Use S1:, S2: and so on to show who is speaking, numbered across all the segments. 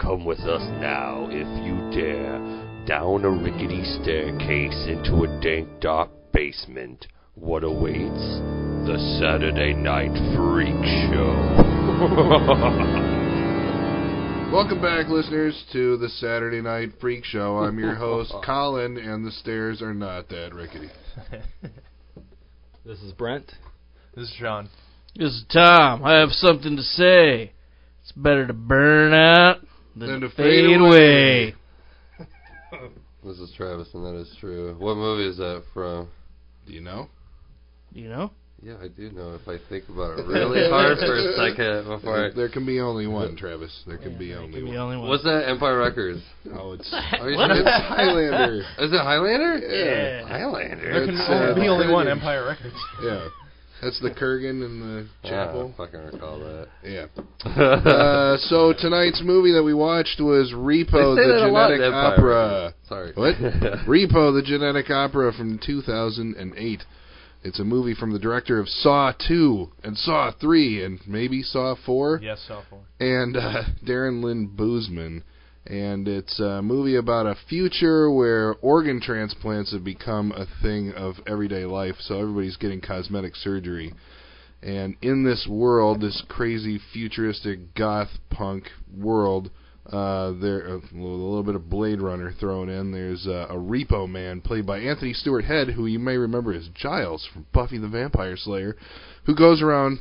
S1: Come with us now, if you dare, down a rickety staircase into a dank, dark basement. What awaits? The Saturday Night Freak Show.
S2: Welcome back, listeners, to the Saturday Night Freak Show. I'm your host, Colin, and the stairs are not that rickety.
S3: This is Brent.
S4: This is Sean.
S5: This is Tom. I have something to say. It's better to burn out than, to fade, away.
S6: This is Travis, and that is true. What movie is that from?
S2: Do you know?
S5: You know?
S6: Yeah, I do know. If I think about it really hard for a second before. I...
S2: There can be only one, Travis. There can be only
S5: You're the
S2: one.
S5: only one.
S6: What's that? Empire Records.
S2: Oh, it's,
S6: Are you
S5: What?
S6: serious?
S2: it's Highlander.
S6: Is it Highlander?
S5: Yeah.
S6: Highlander.
S2: There
S4: There can
S2: It's, uh,
S4: be only
S2: Kurgan.
S4: one Empire Records.
S2: Yeah. That's the Kurgan and the chapel.
S6: Yeah, I fucking recall that.
S2: Yeah.
S6: uh,
S2: Uh, so tonight's movie that we watched was Repo
S6: They say
S2: the
S6: that a lot in
S2: Genetic
S6: Empire
S2: Opera.
S6: Sorry.
S2: What? Repo the Genetic Opera from 2008. It's a movie from the director of Saw 2 and Saw 3 and maybe Saw 4
S4: Yes, sophomore.
S2: and uh, Darren Lynn Boozman. And it's a movie about a future where organ transplants have become a thing of everyday life, so everybody's getting cosmetic surgery. And in this world, this crazy futuristic goth punk world, uh, there a little bit of Blade Runner thrown in. There's uh, a repo man played by Anthony Stewart Head, who you may remember as Giles from Buffy the Vampire Slayer, who goes around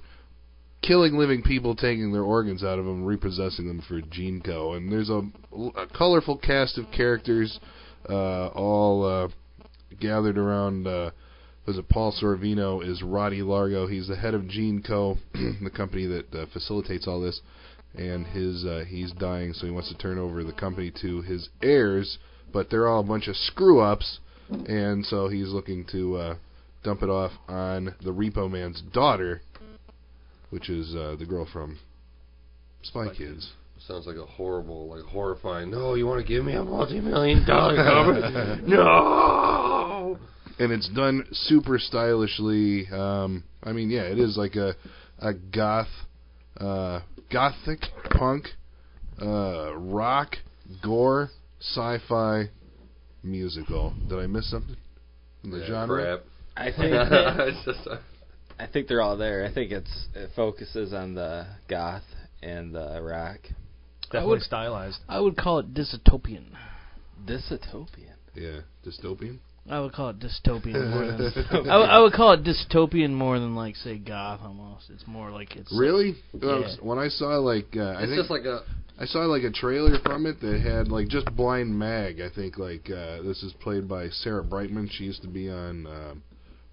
S2: killing living people, taking their organs out of them, repossessing them for gene co. And there's a, a colorful cast of characters, uh, all uh, gathered around. Uh, was it Paul Sorvino is Roddy Largo? He's the head of Gene Co, the company that uh, facilitates all this. And his uh, he's dying, so he wants to turn over the company to his heirs. But they're all a bunch of screw ups, and so he's looking to uh, dump it off on the repo man's daughter, which is uh, the girl from Spy Kids.
S6: Sounds like a horrible, like horrifying. No, you want to give me a multi-million dollar
S7: Oh,
S6: cover? no.
S2: and it's done super stylishly. Um, I mean, yeah, it is like a a goth, uh, gothic punk, uh, rock, gore, sci-fi musical. Did I miss something? In the
S6: Yeah,
S2: genre?
S6: crap.
S3: I think that,
S6: It's just, uh,
S3: I think they're all there. I think it's it focuses on the goth and the rock.
S4: Definitely
S5: would-
S4: stylized.
S5: I would call it dystopian.
S3: Dystopian.
S2: Yeah, dystopian.
S5: I would call it dystopian more than I, would- I would call it dystopian more than like say goth almost. It's more like it's
S2: Really?
S5: Yeah.
S2: When I saw like, uh, I
S6: it's
S2: think
S6: just like a.
S2: I saw like a trailer from it that had like just blind Mag. I think like uh, this is played by Sarah Brightman. She used to be on um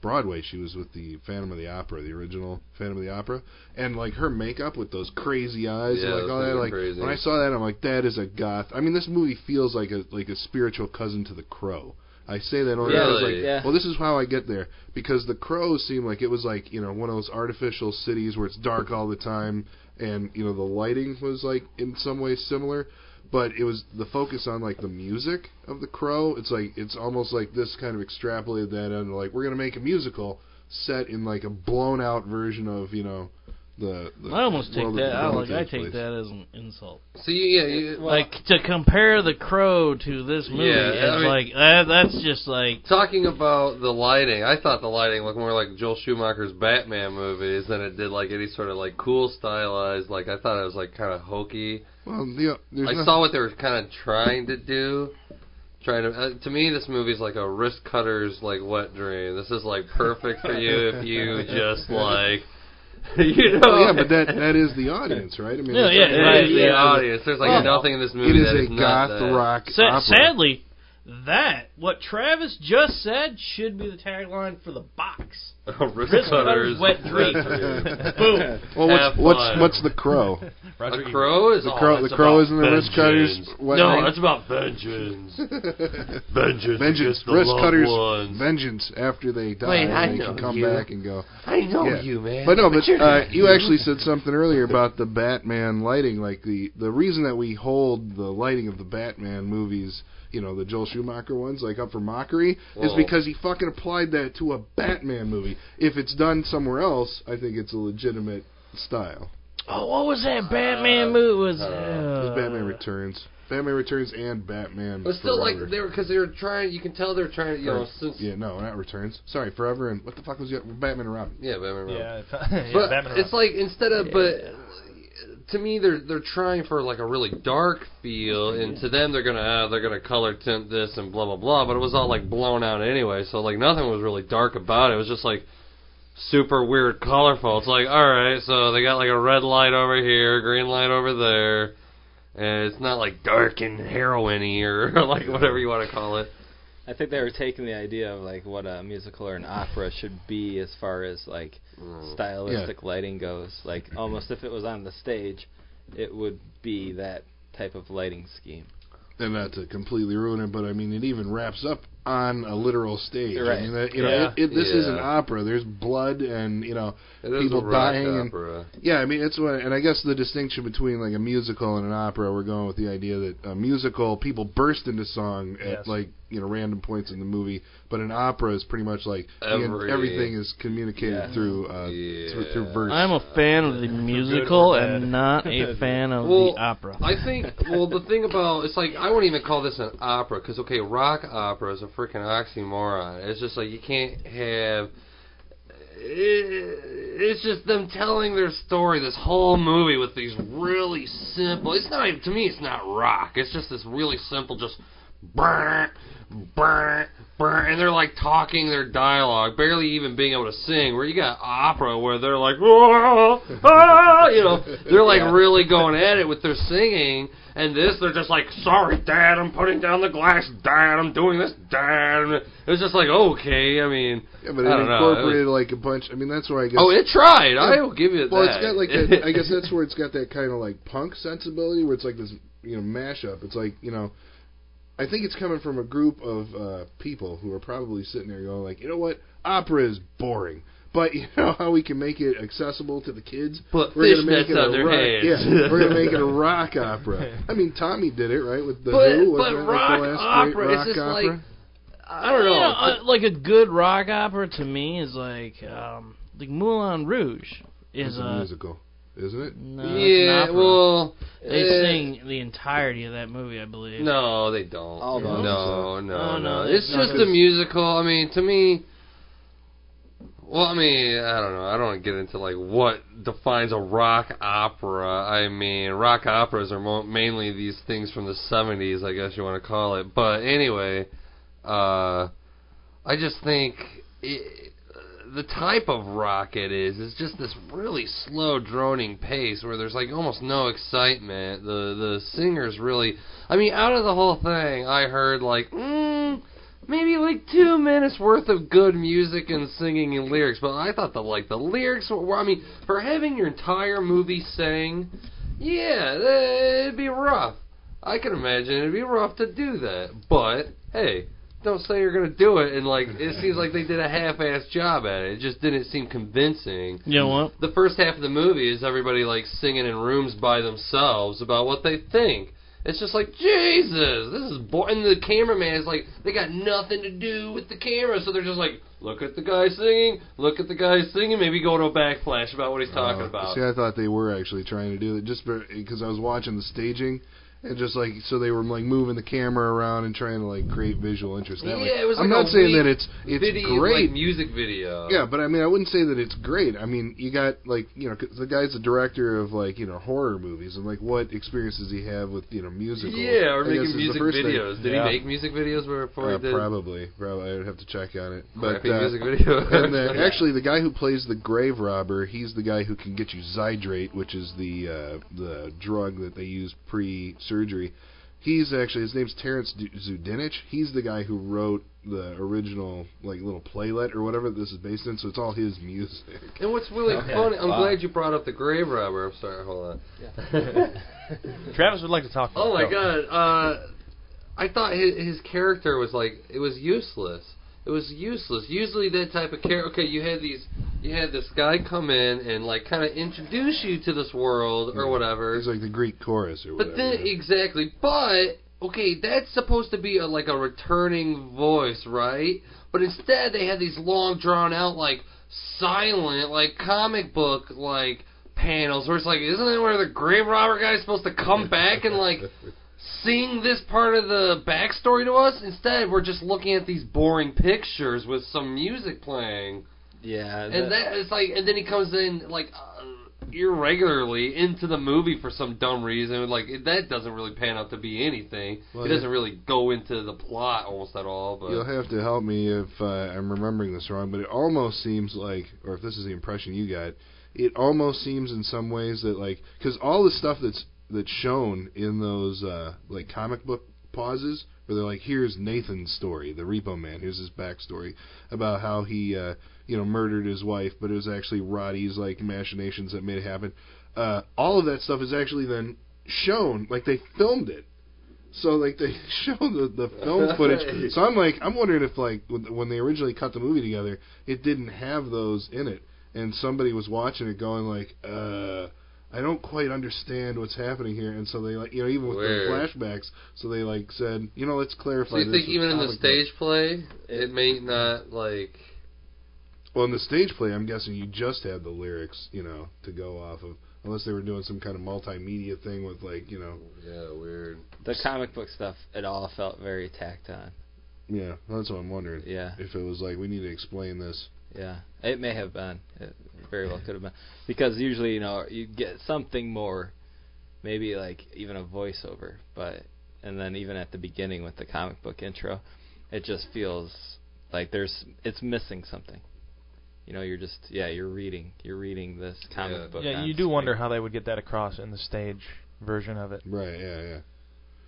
S2: Broadway. She was with the Phantom of the Opera, the original Phantom of the Opera, and like her makeup with those crazy eyes,
S6: Yeah,
S2: like
S6: those
S2: all
S6: things
S2: that.
S6: are
S2: Like
S6: crazy.
S2: when I saw that, I'm like, that is a goth. I mean, this movie feels like a like a spiritual cousin to The Crow. I say that only because,
S6: Really?
S2: like,
S3: Yeah.
S2: well, this is how I get there because The Crow seemed like it was like you know one of those artificial cities where it's dark all the time, and you know the lighting was like in some way similar but it was the focus on like the music of the crow it's like it's almost like this kind of extrapolated that and like we're gonna make a musical set in like a blown out version of you know the, the
S5: I almost take
S2: world
S5: that. I
S2: the
S5: like
S2: Crow
S5: I
S2: takes
S5: take
S2: place.
S5: that as an insult.
S6: See, yeah, you,
S5: like to compare the crow to this movie
S6: Yeah, I
S5: is
S6: mean-
S5: like that, that's just like
S6: Talking about the lighting, I thought the lighting looked more like Joel Schumacher's Batman movies than it did like any sort of like cool stylized. Like I thought it was like kind of hokey.
S2: well you know, there's
S6: I
S2: no-
S6: saw what they were kind of trying to do. Trying to uh, to me, this movie's like a wrist cutter's like wet dream. This is like perfect for you if you just like you know.
S2: Well, Oh, yeah but that that is the audience right i mean
S5: Yeah,
S2: it's-
S5: yeah,
S6: It
S5: Right,
S6: is the
S5: yeah.
S6: audience. There's like
S5: Well,
S6: nothing in this movie
S2: Oh. it
S6: that
S2: is
S6: is
S2: a
S6: not
S2: goth
S6: that.
S2: rock
S5: Sa-
S2: opera.
S5: sadly, that what Travis just said should be the tagline for the box.
S6: wrist,
S5: Wrist
S6: cutter's
S5: cutter's wet dream. Boom.
S2: well what's
S6: Have fun.
S2: what's what's the crow
S4: Roger
S6: A crow is
S2: the
S6: oh,
S2: crow the
S6: that's
S2: crow
S6: about
S2: isn't the wrist cutters
S6: vengeance.
S2: what
S6: no,
S2: thing?
S6: that's about vengeance. vengeance.
S2: vengeance
S6: against the
S2: wrist
S6: loved
S2: cutters
S6: Ones.
S2: vengeance after they die
S6: Wait, I
S2: they
S6: know
S2: can come
S6: you.
S2: back and go
S6: I know
S2: Yeah.
S6: Oh, you, man.
S2: But no, but
S6: you're
S2: uh,
S6: not
S2: you actually said something earlier about the Batman lighting. Like the the reason that we hold the lighting of the Batman movies, you know, the Joel Schumacher ones, like up for mockery, is
S6: Well-
S2: because he fucking applied that to a Batman movie. If it's done somewhere else, I think it's a legitimate style.
S5: Oh, what was that Batman movie? Was
S6: uh,
S2: It was
S5: uh,
S2: Batman Returns. Batman Returns and Batman.
S6: But still, like
S2: Forever.
S6: they were because they were trying. You can tell they're trying. You know,
S2: Or-
S6: since yeah,
S2: yeah, no, not Returns. Sorry, Forever and what the fuck was the other- Batman and Robin?
S6: yeah Batman. Robin.
S4: Yeah, it's- yeah,
S6: but
S4: Batman
S6: it's
S4: Robin.
S6: like instead of but to me they're they're trying for like a really dark feel and to them they're gonna ah, they're gonna color tint this and blah blah blah but it was all like blown out anyway so like nothing was really dark about it it was just like super weird colorful it's like all right so they got like a red light over here green light over there and it's not like dark and heroin-y or like whatever you want to call it
S3: I think they were taking the idea of like what a musical or an opera should be as far as like Mm. stylistic lighting goes. Like almost if it was on the stage, it would be that type of lighting scheme.
S2: And not to completely ruin it, but I mean, it even wraps up on a literal stage. I
S3: Right.
S2: mean, that, you know,
S4: Yeah.
S2: it, it, this is an
S6: Yeah.
S2: opera. There's blood and you know,
S6: It is a
S2: People
S6: rock
S2: dying and-
S6: opera.
S2: Yeah, I mean it's what, and I guess the distinction between like a musical and an opera, we're going with the idea that a musical people burst into song at
S4: Yes.
S2: like you know random points in the movie, but an opera is pretty much like the en-
S6: Every-
S2: everything is communicated
S3: Yeah.
S2: through uh,
S6: Yeah.
S2: through, through verse.
S5: I'm a fan of the musical and not a fan of
S6: Well,
S5: the opera.
S6: I think. Well, the thing about it's like I wouldn't even call this an opera because okay, rock opera is a freaking oxymoron. It's just like you can't have. It, it's just them telling their story. This whole movie with these really simple. It's not even to me. It's not rock. It's just this really simple. Just burn, burn, burn, and they're like talking their dialogue, barely even being able to sing. Where you got opera, where they're like, "Ah, ah," you know, they're like really going at it with their singing. And this, they're just like, "Sorry, Dad, I'm putting down the glass, Dad, I'm doing this, Dad." And It was just like, okay, I mean,
S2: yeah, but
S6: I
S2: it
S6: don't know, it was-
S2: incorporated like a bunch. I mean, that's where I guess.
S6: oh, it tried. I will give you that.
S2: well, it's got like that, I guess that's where it's got that kind of like punk sensibility, where it's like this you know mashup. It's like you know. I think it's coming from a group of uh, people who are probably sitting there going like, you know what, opera is boring, but you know how we can make it accessible to the kids.
S6: Put
S2: We're gonna make
S6: fishnets
S2: it a
S6: on their
S2: rock,
S6: heads.
S2: yeah. We're gonna make it a rock opera. I mean, Tommy did it right with the Who.
S6: but
S2: wasn't
S6: but
S2: that,
S6: rock
S2: like the last great
S6: opera,
S2: rock
S6: it's just
S2: opera?
S6: like I don't know.
S5: You know, uh, like a good rock opera to me is like um, like Moulin Rouge
S2: it's
S5: is uh,
S2: a
S5: a
S2: musical, isn't it?
S5: no, it's an
S6: yeah,
S5: opera.
S6: well,
S5: they
S6: eh,
S5: sing the entirety of that movie, I believe.
S6: No, they don't.
S3: All of
S6: no,
S3: them.
S6: no,
S5: Oh, No,
S6: no.
S5: no,
S6: It's
S5: no,
S6: just a
S5: it's-
S6: musical. I mean, to me. Well, I mean, I don't know. I don't wanna get into like what defines a rock opera. I mean, rock operas are mo- mainly these things from the '70s, I guess you want to call it. But anyway, uh, I just think it, the type of rock it is is just this really slow droning pace where there's like almost no excitement. The the singers really, I mean, out of the whole thing, I heard like mm, maybe like two minutes worth of good music and singing and lyrics, but I thought the like the lyrics were. I mean, for having your entire movie sang, yeah, eh, it'd be rough. I can imagine it'd be rough to do that, but hey, don't say you're gonna do it and like it seems like they did a half-assed job at it. It just didn't seem convincing.
S5: You know what?
S6: The first half of the movie is everybody like singing in rooms by themselves about what they think. It's just like Jesus, this is boring. And the cameraman is like, they got nothing to do with the camera, so they're just like, look at the guy singing, look at the guy singing. Maybe go to a backflash about what he's talking
S2: Uh,
S6: about.
S2: See, I thought they were actually trying to do it just because I was watching the staging and just like so they were like moving the camera around and trying to like create visual interest. That way.
S6: Yeah, it was
S2: I'm
S6: like
S2: not
S6: a
S2: saying
S6: weak
S2: that it's it's
S6: video,
S2: great.
S6: like music video.
S2: yeah, but I mean, I wouldn't say that it's great. I mean, you got like you know, 'cause the guy's a director of like you know horror movies, and like what experience does he have with you know musicals?
S6: Yeah, or
S2: I guess is
S6: making
S2: the
S6: music
S2: first thing.
S6: videos. Did
S4: Yeah.
S6: he make music videos before
S2: Uh,
S6: he did?
S2: probably, probably. I'd have to check on it. But
S6: Crappy
S2: uh,
S6: music video.
S2: and the, actually, the guy who plays the grave robber, he's the guy who can get you Zydrate, which is the uh, the drug that they use pre-surgery. He's actually his name's Terrence Du- Zudinich. He's the guy who wrote the original like little playlet or whatever this is based in. So it's all his music.
S6: And what's really
S3: Okay.
S6: funny, I'm
S3: Wow.
S6: glad you brought up the grave robber. I'm sorry, hold on.
S4: Travis would like to talk.
S6: Oh my
S4: about it.
S6: god, uh, I thought his, his character was like it was useless. It was useless. Usually that type of character. Okay, you had these, you had this guy come in and like kind of introduce you to this world or whatever.
S2: He's like the Greek chorus or
S6: But
S2: whatever.
S6: then exactly, but okay, that's supposed to be a, like a returning voice, right? But instead, they had these long, drawn out, like silent, like comic book, like panels where it's like, isn't it where the grave robber guy's supposed to come back and like sing this part of the backstory to us? Instead, we're just looking at these boring pictures with some music playing,
S3: Yeah.
S6: and
S3: that-
S6: that it's like, and then he comes in like uh, irregularly into the movie for some dumb reason. Like that doesn't really pan out to be anything.
S2: Well,
S6: it doesn't really go into the plot almost at all. But
S2: You'll have to help me if uh, I'm remembering this wrong, but it almost seems like, or if this is the impression you got, it almost seems in some ways that like, because all the stuff that's that's shown in those uh, like comic book pauses, where they're like, here's Nathan's story, the Repo Man, here's his backstory about how he, uh, you know, murdered his wife, but it was actually Roddy's like machinations that made it happen. Uh, all of that stuff is actually then shown, like they filmed it. So like they show the the film footage. So I'm like I'm wondering if like when when they originally cut the movie together, it didn't have those in it, and somebody was watching it going like, uh, I don't quite understand what's happening here, and so they like you know even with
S6: Weird.
S2: the flashbacks, so they like said you know let's clarify.
S6: So you
S2: this
S6: think
S2: with
S6: even in the
S2: comic
S6: stage play,
S3: It-
S6: it may not like
S2: book. Well, in the stage play, I'm guessing you just had the lyrics you know to go off of, unless they were doing some kind of multimedia thing with like you know
S6: yeah weird.
S3: the comic book stuff, it all felt very tacked on.
S2: yeah that's what I'm wondering
S3: Yeah.
S2: if it was like we need to explain this.
S3: Yeah, it may have been. It very well could have been because usually you know you get something more, maybe like even a voiceover, but and then even at the beginning with the comic book intro, it just feels like there's it's missing something. You know, you're just yeah, you're reading, you're reading this comic
S6: Yeah.
S3: book.
S4: yeah,
S3: on
S4: you do
S3: screen.
S4: wonder how they would get that across in the stage version of it.
S2: Right, yeah, yeah.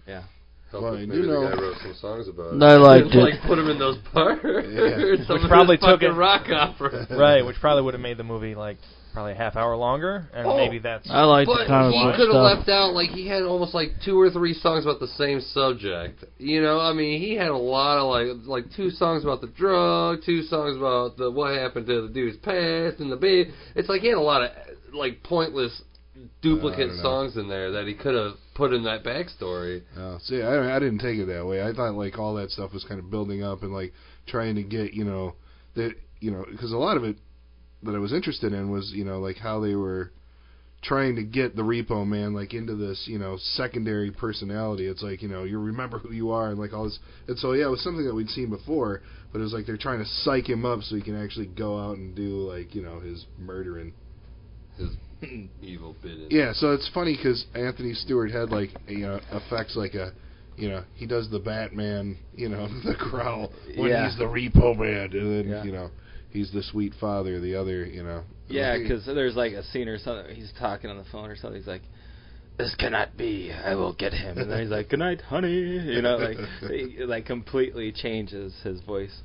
S3: Yeah,
S6: Help
S2: Well,
S6: if
S2: you
S6: maybe
S2: do
S6: the
S2: know-
S6: guy wrote some songs about it.
S5: I liked
S6: And,
S5: it.
S6: Like put him in those parts.
S2: Yeah.
S6: Some
S4: Which
S6: of
S4: probably
S6: this
S4: took
S6: fucking
S4: it-
S6: rock opera.
S4: Right, which probably would have made the movie like probably a half hour longer, and
S6: Oh.
S4: maybe that's
S5: I like the
S6: But
S5: comic
S6: he
S5: book
S6: could have
S5: stuff.
S6: left out like he had almost like two or three songs about the same subject. You know, I mean, he had a lot of like like two songs about the drug, two songs about the what happened to the dude's past and the baby. It's like he had a lot of like pointless
S2: I don't
S6: duplicate
S2: know.
S6: songs in there that he could have put in that backstory.
S2: Oh, see, I, I didn't take it that way. I thought like all that stuff was kind of building up and like trying to get you know that you know because a lot of it that I was interested in was you know like how they were trying to get the Repo Man like into this you know secondary personality. It's like you know you remember who you are and like all this. And so yeah, it was something that we'd seen before, but it was like they're trying to psych him up so he can actually go out and do like you know his murdering.
S6: Evil bit. In
S2: Yeah, so it's funny because Anthony Stewart had like you know effects like a you know he does the Batman you know the growl when
S3: Yeah.
S2: he's the Repo Man and then
S3: Yeah.
S2: you know he's the sweet father the other you know
S3: yeah, because there's like a scene or something. He's talking on the phone or something. He's like. This cannot be. I will get him. And then he's like, "Good night, honey." You know, like, he, like completely changes his voice.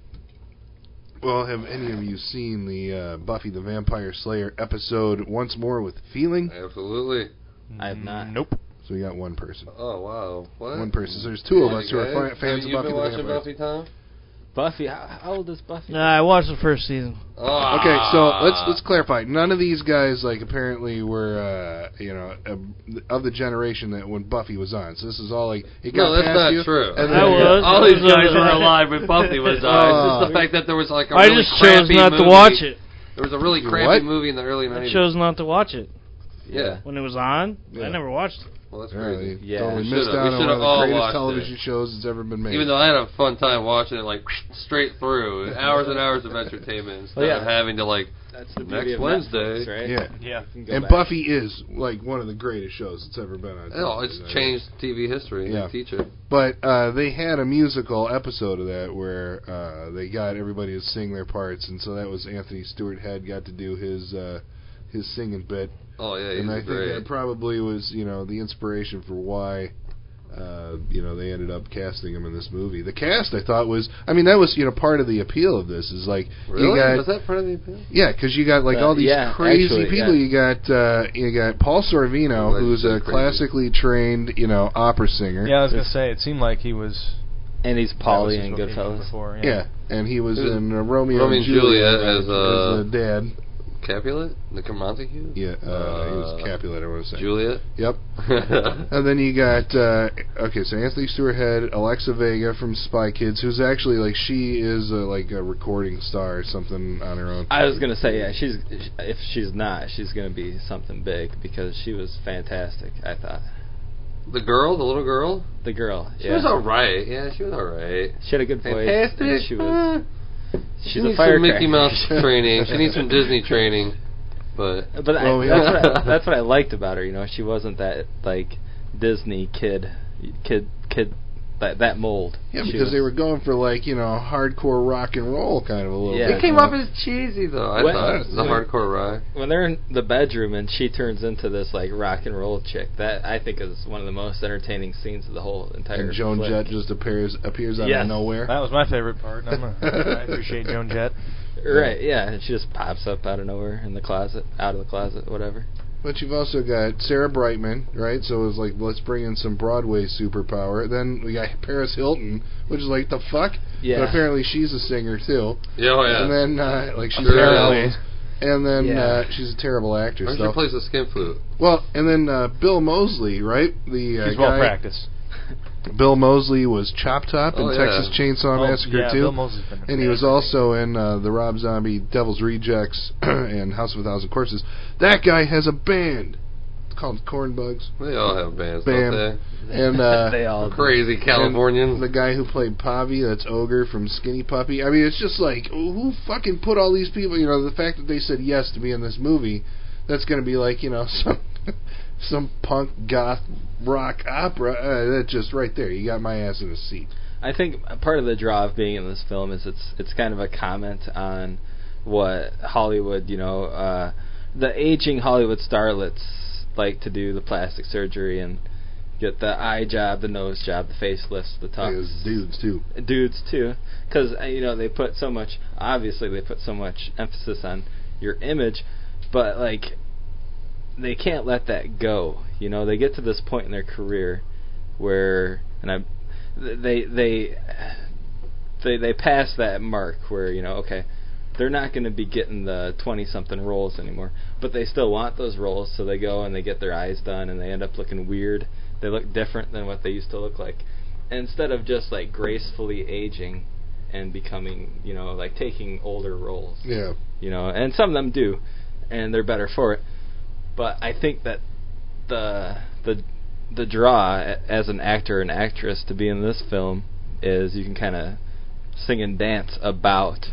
S2: well have any of you seen the uh, Buffy the Vampire Slayer episode once more with feeling
S6: Absolutely.
S3: I have not.
S4: Nope.
S2: so we got one person
S6: Oh wow. What?
S2: one person so there's two of
S6: Yeah,
S2: us who are
S6: guys?
S2: fa- fans
S6: Have
S2: of
S6: you
S2: Buffy
S6: been
S2: the
S6: watching
S2: Vampire
S6: Buffy, Tom?
S3: Buffy, how, how old is Buffy?
S5: Nah, I watched the first season.
S6: Oh.
S2: Okay, so let's let's clarify. None of these guys like apparently were uh, you know uh, of the generation that when Buffy was on. So this is all like it got
S6: No, that's
S2: past
S6: not
S2: you,
S6: true.
S2: and
S5: I
S2: then-
S5: was.
S6: All these guys were
S5: Uh,
S6: alive when Buffy was on.
S2: Oh.
S6: It's just the fact that there was like a
S5: I
S6: really
S5: just chose
S6: crappy
S5: not
S6: movie.
S5: to watch it.
S6: There was a really
S2: You
S6: crappy
S2: what?
S6: movie in the early
S5: I
S6: 90s.
S5: chose not to watch it
S6: yeah.
S5: when it was on.
S2: Yeah.
S5: I never watched it.
S6: Well, that's
S2: Yeah,
S6: crazy.
S2: they
S3: Yeah,
S2: totally
S6: we
S2: missed out
S6: should've- we
S2: on one
S6: should've
S2: of the
S6: all
S2: greatest
S6: watched
S2: television
S6: it.
S2: shows that's ever been made.
S6: Even though I had a fun time watching it, like straight through, hours and hours of entertainment instead
S3: Well, yeah.
S6: of having to like.
S3: That's the
S6: Next
S3: beauty of
S6: Wednesday.
S3: Netflix, right?
S2: yeah,
S4: Yeah.
S3: You can go
S2: and
S3: back.
S2: Buffy is like one of the greatest shows that's ever been on.
S6: Oh, it's
S2: television.
S6: changed TV history.
S2: Yeah.
S6: Yeah. Teacher.
S2: But uh, they had a musical episode of that where uh, they got everybody to sing their parts, and so that was Anthony Stewart had got to do his uh, his singing bit.
S6: Oh yeah,
S2: and I
S6: he's
S2: think that
S6: great.
S2: probably was, you know, the inspiration for why, uh, you know, they ended up casting him in this movie. The cast, I thought, was, I mean, that was, you know, part of the appeal of this is like you
S6: Really?
S2: got,
S6: Was that part of the appeal?
S2: yeah, because you got like
S3: Uh,
S2: all these
S3: yeah,
S2: crazy
S3: actually,
S2: people.
S3: yeah.
S2: You got, uh, you got Paul Sorvino,
S6: Well,
S2: who's a
S6: that's crazy.
S2: classically trained, you know, opera singer.
S4: Yeah, I was gonna say it seemed like he was.
S3: And he's Polly and
S4: that was his vocation
S3: Goodfellas.
S4: Before,
S2: Yeah, and he was
S6: It was
S2: in uh, Romeo,
S6: Romeo
S2: and
S6: and
S2: Juliet,
S6: Juliet as,
S2: as
S6: uh,
S2: the dad.
S6: Capulet? Nick Montague?
S2: Yeah, uh, he was
S6: Uh,
S2: Capulet. I want to say.
S6: Juliet?
S2: Yep. And then you got uh, okay, so Anthony Stewart Head, Alexa Vega from Spy Kids, who's actually like she is uh like a recording star or something on her own.
S3: I was gonna say yeah. She's if she's not, she's gonna be something big because she was fantastic. I thought
S6: the girl, the little girl?
S3: the girl.
S6: She
S3: yeah.
S6: was alright. Yeah, she was alright.
S3: She had a good voice.
S6: Fantastic.
S3: and She was.
S6: Ah.
S3: She's
S6: she
S3: a
S6: needs some
S3: firecracker.
S6: Mickey Mouse training. She needs some Disney training. But
S3: But I,
S2: Well, yeah.
S3: that's, what I, that's what I liked about her. You know, she wasn't that like Disney kid, kid, kid, that that mold.
S2: yeah,
S3: She
S2: because
S3: was-
S2: they were going for like you know hardcore rock and roll kind of a little.
S3: Yeah.
S2: bit,
S6: it came
S2: you know?
S6: off as cheesy though. I
S3: Well,
S6: thought the
S2: yeah.
S6: hardcore rock.
S3: when they're in the bedroom and she turns into this like rock and roll chick. That I think is one of the most entertaining scenes of the whole entire.
S2: and Joan
S3: flick.
S2: Jett just appears appears out
S3: Yes.
S2: of nowhere.
S4: That was my favorite part. and I'm a, I appreciate Joan Jett.
S3: Right, yeah, and she just pops up out of nowhere in the closet, out of the closet, whatever.
S2: But you've also got Sarah Brightman, right? So it was like, let's bring in some Broadway superpower. Then we got Paris Hilton, which is like, the fuck?
S3: Yeah.
S2: But apparently she's a singer, too.
S6: Yeah, oh yeah.
S2: And then, uh, like, she's
S6: Sure.
S2: terrible. And then
S3: Yeah.
S2: uh, she's a terrible actress.
S6: Or she
S2: though.
S6: plays the skin flute.
S2: Well, and then uh, Bill Mosley, right? The uh,
S4: She's well
S2: guy-
S4: practiced.
S2: Bill Mosley was Chop Top
S6: Oh,
S2: in
S6: yeah.
S2: Texas Chainsaw
S4: Oh,
S2: Massacre
S4: yeah,
S2: too,
S4: Bill Mosley's been
S2: and he was also in uh, the Rob Zombie Devil's Rejects and House of a Thousand Corpses. That guy has a band. It's called Cornbugs.
S6: They all have bands,
S2: Bam.
S6: don't
S2: And uh,
S3: they all
S6: they? Crazy Californians.
S2: And the guy who played Pavi, that's Ogre from Skinny Puppy. I mean, it's just like who fucking put all these people? You know, the fact that they said yes to be in this movie, that's going to be like you know some some punk goth rock opera. Uh, that just right there, you got my ass in a seat.
S3: I think part of the draw of being in this film is it's it's kind of a comment on what Hollywood, you know, uh, the aging Hollywood starlets like to do the plastic surgery and get the eye job, the nose job, the facelifts, the
S2: Like,
S3: tucks,
S2: those dudes too.
S3: dudes too, because you know they put so much. Obviously, they put so much emphasis on your image, but like they can't let that go. You know, they get to this point in their career where, and I, they they they they pass that mark where you know okay. They're not going to be getting the twenty-something roles anymore, but they still want those roles, so they go and they get their eyes done, and they end up looking weird. They look different than what they used to look like instead of just like gracefully aging and becoming, you know, like taking older roles,
S2: Yeah,
S3: you know, and some of them do, and they're better for it. But I think that the the the draw a- as an actor and actress to be in this film is you can kind of sing and dance about,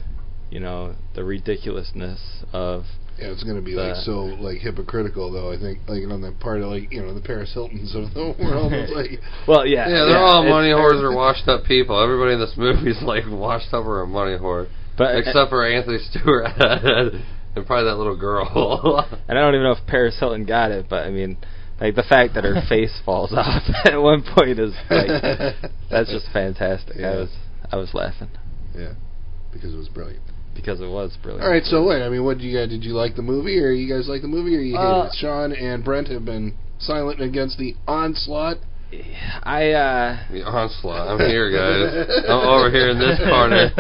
S3: you know, the ridiculousness of
S2: yeah, it's going to be like
S3: The-
S2: so like hypocritical though. I think like on that part of like you know the Paris Hiltons of the world. It's like
S3: well, yeah,
S6: yeah, they're all
S3: it's-
S6: money whores or washed up people. Everybody in this movie's like washed up or a money whore,
S3: but uh,
S6: except for Anthony Stewart and probably that little girl.
S3: and I don't even know if Paris Hilton got it, but I mean, like the fact that her face falls off at one point is like that's just fantastic. I
S2: Yeah.
S3: was I was laughing
S2: yeah, because it was brilliant.
S3: because it was brilliant.
S2: All right, so wait. I mean, what do you guys? Did you like the movie, or you guys like the movie, or you hated
S3: Uh,
S2: it? Sean and Brent have been silent against the onslaught.
S3: I uh
S6: The onslaught. I'm here, guys. I'm over here in this corner.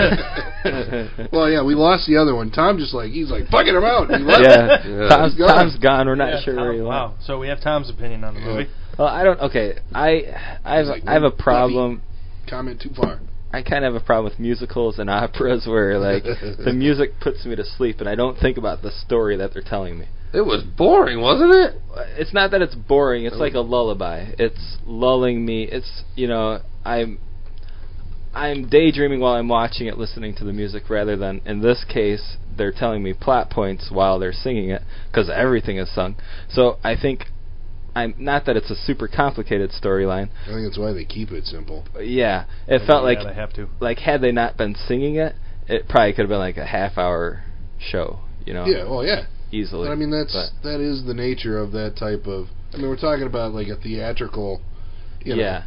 S2: Well, yeah, we lost the other one. Tom just like he's like fucking him out. He left.
S3: yeah,
S6: Yeah.
S3: Tom's,
S2: He's gone.
S3: Tom's gone. We're not
S4: Yeah,
S3: sure
S4: Tom-
S3: where he went.
S4: Wow. So we have Tom's opinion on the
S2: Yeah.
S4: movie.
S3: Well, I don't. Okay, I I have
S2: He's like,
S3: I have a
S2: "Puppy."
S3: problem.
S2: Comment too far.
S3: I kind of have a problem with musicals and operas where like the music puts me to sleep and I don't think about the story that they're telling me.
S6: It was boring, wasn't it?
S3: it's not that it's boring.
S2: Mm.
S3: It's like a lullaby. It's lulling me. It's you know I'm I'm daydreaming while I'm watching it, listening to the music, rather than in this case they're telling me plot points while they're singing it because everything is sung. So I think I'm not that it's a super complicated storyline.
S2: I think that's why they keep it simple.
S3: but Yeah, it felt
S4: yeah,
S3: like
S4: they have to.
S3: like had they not been singing it, it probably could have been like a half hour show. You know,
S2: Yeah. Well, yeah.
S3: easily.
S2: But I mean, that's
S3: But-
S2: that is the nature of that type of. I mean, we're talking about like a theatrical. You know,
S3: Yeah.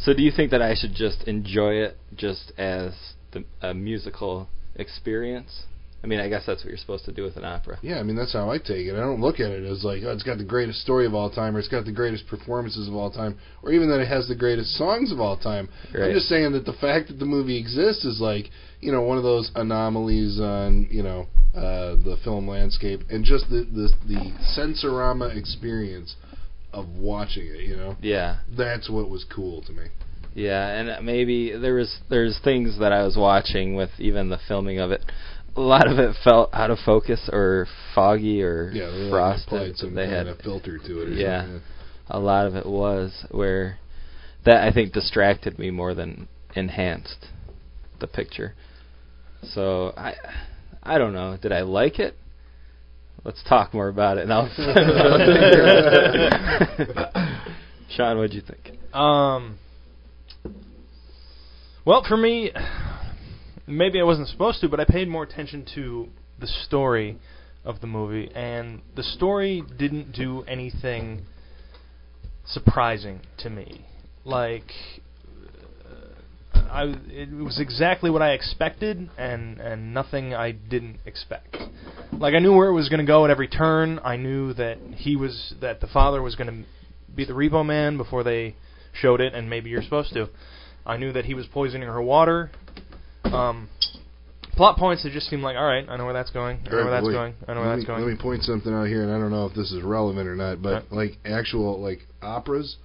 S3: So do you think that I should just enjoy it just as the, a musical experience I mean, I guess that's what you're supposed to do with an opera.
S2: Yeah, I mean that's how I take it. I don't look at it as like oh, it's got the greatest story of all time, or it's got the greatest performances of all time, or even that it has the greatest songs of all time.
S3: Right.
S2: I'm just saying that the fact that the movie exists is like you know one of those anomalies on you know uh, the film landscape, and just the the, the sensorama experience of watching it. You know,
S3: Yeah,
S2: that's what was cool to me.
S3: yeah, and maybe there was there's things that I was watching with even the filming of it. A lot of it felt out of focus or foggy or
S2: Yeah, they like,
S3: frosted.
S2: applied some
S3: they
S2: kind
S3: had
S2: of filter to it. Or
S3: Yeah.
S2: something.
S3: a lot of it was where that I think distracted me more than enhanced the picture. So I I don't know. Did I like it? Let's talk more about it now. Sean, what'd you think?
S4: Um. Well, for me, maybe I wasn't supposed to, but I paid more attention to the story of the movie, and the story didn't do anything surprising to me. Like, uh, I it was exactly what I expected, and and nothing I didn't expect. Like, I knew where it was going to go at every turn. I knew that he was that the father was going to be the Repo Man before they showed it, and maybe you're supposed to. I knew that he was poisoning her water. Um, plot points that just seemed like, all right, I know where that's going. I know where that's
S2: Wait,
S4: going. I know
S2: let
S4: where
S2: me,
S4: that's going.
S2: Let me point something out here, and I don't know if this is relevant or not, but like actual like operas.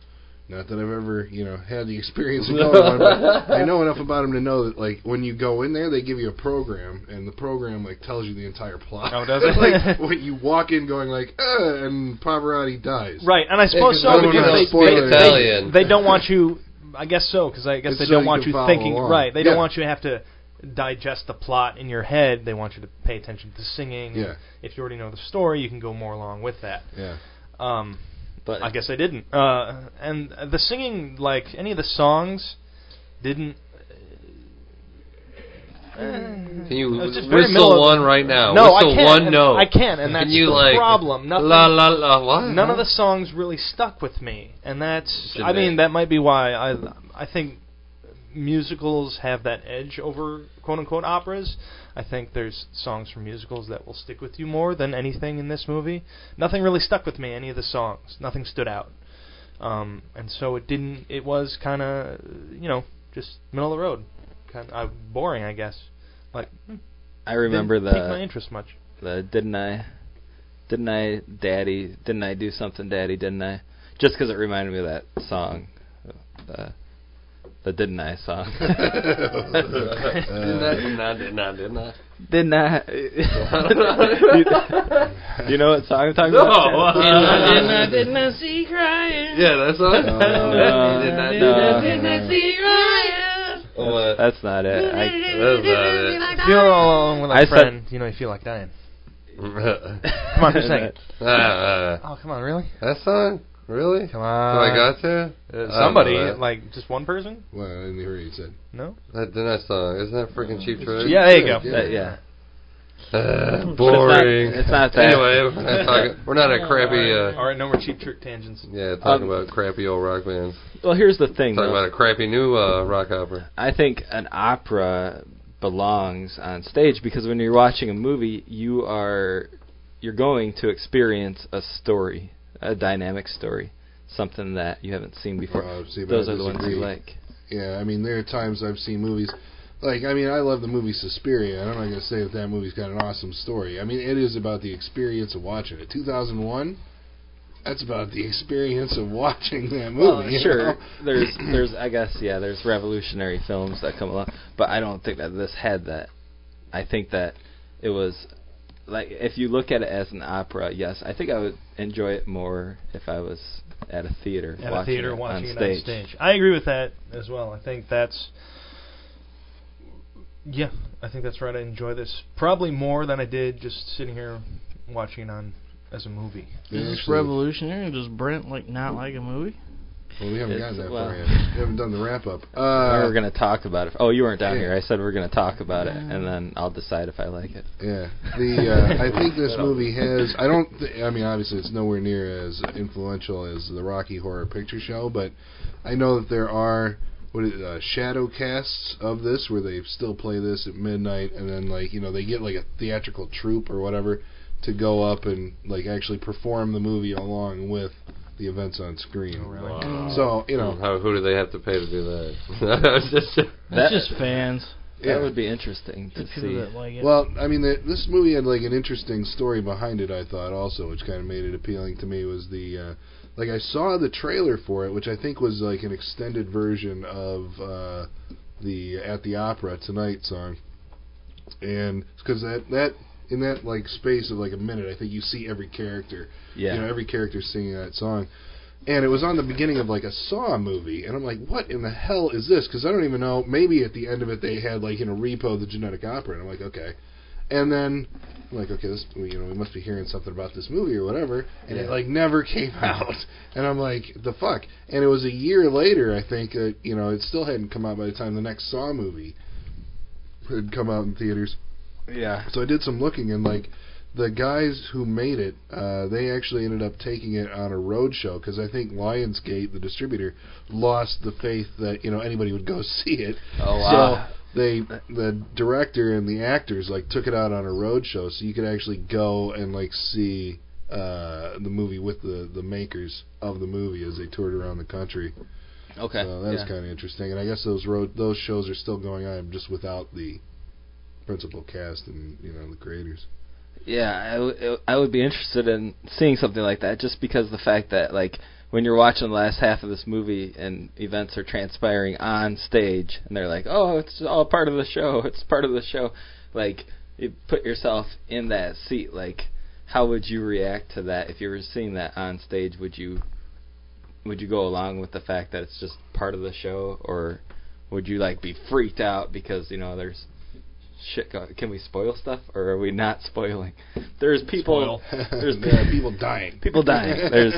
S2: Not that I've ever you know had the experience of going to one, but I know enough about them to know that like when you go in there, they give you a program, and the program like tells you the entire plot.
S4: Oh, does it?
S2: like when you walk in, going like, uh, and Pavarotti dies.
S4: Right, and I suppose
S6: 'cause I
S4: so
S6: don't
S4: because
S6: wanna
S4: they,
S2: spoil
S4: they,
S2: it.
S6: Italian.
S4: they, they don't want you. I guess so because I guess
S2: It's
S4: they
S2: so
S4: don't
S2: you
S4: want
S2: can
S4: you
S2: follow
S4: thinking.
S2: along.
S4: Right, they don't
S2: Yeah.
S4: want you to have to digest the plot in your head. They want you to pay attention to the singing.
S2: Yeah.
S4: If you already know the story, you can go more along with that.
S2: Yeah.
S4: Um,
S3: But
S4: I guess I didn't. Uh, and the singing, like any of the songs, didn't. uh,
S6: Can you
S4: It's just
S6: whistle
S4: very middle of-
S6: one right now?
S4: no, I
S6: whistle
S4: can't.
S6: one
S4: and
S6: note.
S4: I can't, and that's
S6: Can you
S4: the
S6: like
S4: problem. Nothing
S6: La la la. What?
S4: none of the songs really stuck with me, and that's.
S6: Did
S4: I mean,
S6: they?
S4: that might be why I I think musicals have that edge over quote unquote operas. I think there's songs from musicals that will stick with you more than anything in this movie. Nothing really stuck with me. Any of the songs, nothing stood out, um, and so it didn't. It was kind of you know just middle of the road, kind of uh, boring, I guess. Like hmm,
S3: I remember
S4: didn't pique my
S3: the
S4: interest much.
S3: the Uh, didn't I didn't I daddy didn't I do something daddy didn't I just because it reminded me of that song the the didn't I song
S6: did not, did not, did not, did not.
S3: Did not. you, you know what song I'm talking
S6: No.
S3: about?
S5: Didn't I, didn't I, didn't I see crying?
S6: Yeah, that's not.
S3: no,
S6: did not, did
S3: no.
S5: Didn't
S6: not.
S5: I see crying?
S6: What?
S3: That's not it. I,
S6: That's not it.
S4: If you're all alone with a
S3: I said-
S4: friend, you know you feel like dying. Come on, just sing it.
S6: Ah, ah, ah.
S4: Oh, come on, really?
S6: that song? Really? So
S4: Come
S6: I
S4: on.
S6: got to?
S4: Uh,
S6: I
S4: somebody,
S6: don't know that.
S4: like just one person?
S2: Well, I didn't hear what you said.
S4: No.
S6: That Dinesh song. Isn't that freaking Cheap Trick?
S4: Yeah, there you go.
S3: that, yeah.
S6: Uh,
S3: not-
S6: boring.
S3: it's not that.
S6: Anyway, we're not, talking, we're not at crappy.
S4: All
S6: Uh,
S4: right, no more cheap trick tangents.
S6: yeah, talking
S3: Um,
S6: about crappy old rock bands.
S3: Well, here's the thing.
S6: Talking
S3: though.
S6: about a crappy new uh, rock opera.
S3: I think an opera belongs on stage because when you're watching a movie, you are you're going to experience a story, a dynamic story, something that you haven't seen before.
S2: Uh, see, but
S3: Those
S2: I
S3: are the ones you
S2: disagree.
S3: like.
S2: Yeah, I mean, there are times I've seen movies. Like, I mean, I love the movie Suspiria. and I'm not going to say that that movie's got an awesome story. I mean, it is about the experience of watching it. 2001, that's about the experience of watching that movie.
S3: Well,
S2: you
S3: sure.
S2: know?
S3: There's, there's, I guess, yeah. There's revolutionary films that come along, but I don't think that this had that. I think that it was like if you look at it as an opera, yes, I think I would enjoy it more if I was at a theater
S4: At
S3: watching
S4: a theater,
S3: it
S4: watching
S3: on
S4: it on stage. I agree with that as well. I think that's. Yeah, I think that's right. I enjoy this probably more than I did just sitting here watching it on as a movie.
S2: They
S5: Is this
S2: actually-
S5: revolutionary? Does Brent like not like a movie?
S2: Well, we haven't
S3: It's-
S2: gotten that
S3: well-
S2: far yet. We haven't done the wrap up. Uh,
S3: we're gonna talk about it. Oh, you weren't down
S2: Yeah.
S3: here. I said we're gonna talk about it, and then I'll decide if I like it.
S2: Yeah, the uh, I think this movie has. I don't. Th- I mean, obviously, it's nowhere near as influential as the Rocky Horror Picture Show, but I know that there are what is, uh, shadow casts of this where they still play this at midnight and then like you know they get like a theatrical troupe or whatever to go up and like actually perform the movie along with the events on screen.
S4: Oh,
S2: So you know
S6: How, who do they have to pay to do that? Just-
S3: That-
S5: That's just fans.
S2: yeah.
S3: That would be interesting to
S5: The people
S3: see.
S5: that like it.
S2: Well, I mean, the, this movie had like an interesting story behind it. I thought also, which kind of made it appealing to me, was the uh, like I saw the trailer for it, which I think was like an extended version of uh, the "At the Opera Tonight" song, and because that that in that like space of like a minute, I think you see every character you know
S3: Yeah.
S2: every character singing that song and it was on the beginning of like a saw movie and i'm like what in the hell is this because i don't even know maybe at the end of it they had like in a repo the genetic opera and i'm like okay and then I'm like okay this you know we must be hearing something about this movie or whatever and it
S3: Yeah.
S2: like never came out and i'm like the fuck and it was a year later i think that you know it still hadn't come out by the time the next saw movie had come out in theaters
S3: Yeah.
S2: so I did some looking, and like the guys who made it, uh, they actually ended up taking it on a road show because I think Lionsgate, the distributor, lost the faith that you know anybody would go see it.
S3: Oh wow.
S2: So they, the director and the actors, like took it out on a road show, so you could actually go and like see uh, the movie with the the makers of the movie as they toured around the country.
S3: Okay.
S2: So that was
S3: yeah.
S2: kind of interesting, and I guess those road those shows are still going on, just without the principal cast and you know the creators.
S3: Yeah, I, w- I would be interested in seeing something like that just because the fact that like when you're watching the last half of this movie and events are transpiring on stage and they're like, "Oh, it's all part of the show. It's part of the show." Like you put yourself in that seat like how would you react to that if you were seeing that on stage? Would you would you go along with the fact that it's just part of the show or would you like be freaked out because, you know, there's shit go- can we spoil stuff or are we not spoiling? There's people there's
S2: There are people dying.
S3: people dying. There's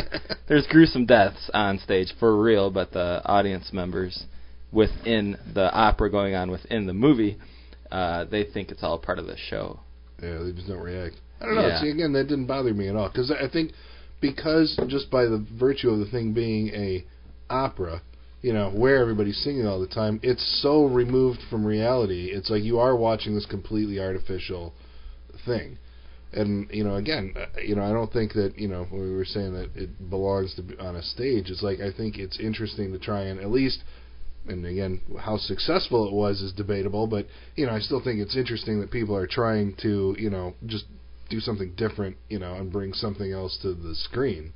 S3: there's gruesome deaths on stage for real, but the audience members within the opera going on within the movie, uh, they think it's all part of the show.
S2: yeah, they just don't react. I don't know.
S3: Yeah.
S2: See, again, that didn't bother me at all because I think because just by the virtue of the thing being a opera, you know, where everybody's singing all the time, it's so removed from reality. It's like you are watching this completely artificial thing. And you know, again, uh, you know, I don't think that you know when we were saying that it belongs to be on a stage. It's like I think it's interesting to try and at least, and again, how successful it was is debatable. But you know, I still think it's interesting that people are trying to you know just do something different, you know, and bring something else to the screen.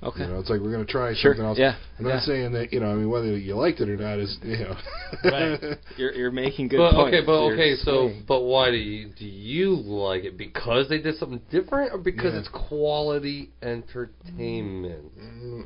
S3: Okay.
S2: You know, it's like we're going to try
S3: Sure.
S2: something else.
S3: Yeah.
S2: I'm not
S3: yeah.
S2: saying that you know, I mean, whether you liked it or not is you know,
S5: Right.
S3: You're you're making good
S6: but,
S3: points.
S6: okay, but
S3: You're
S6: okay, so
S3: saying-
S6: but why do you do you like it? Because they did something different, or because
S2: Yeah.
S6: it's quality entertainment?
S2: Mm,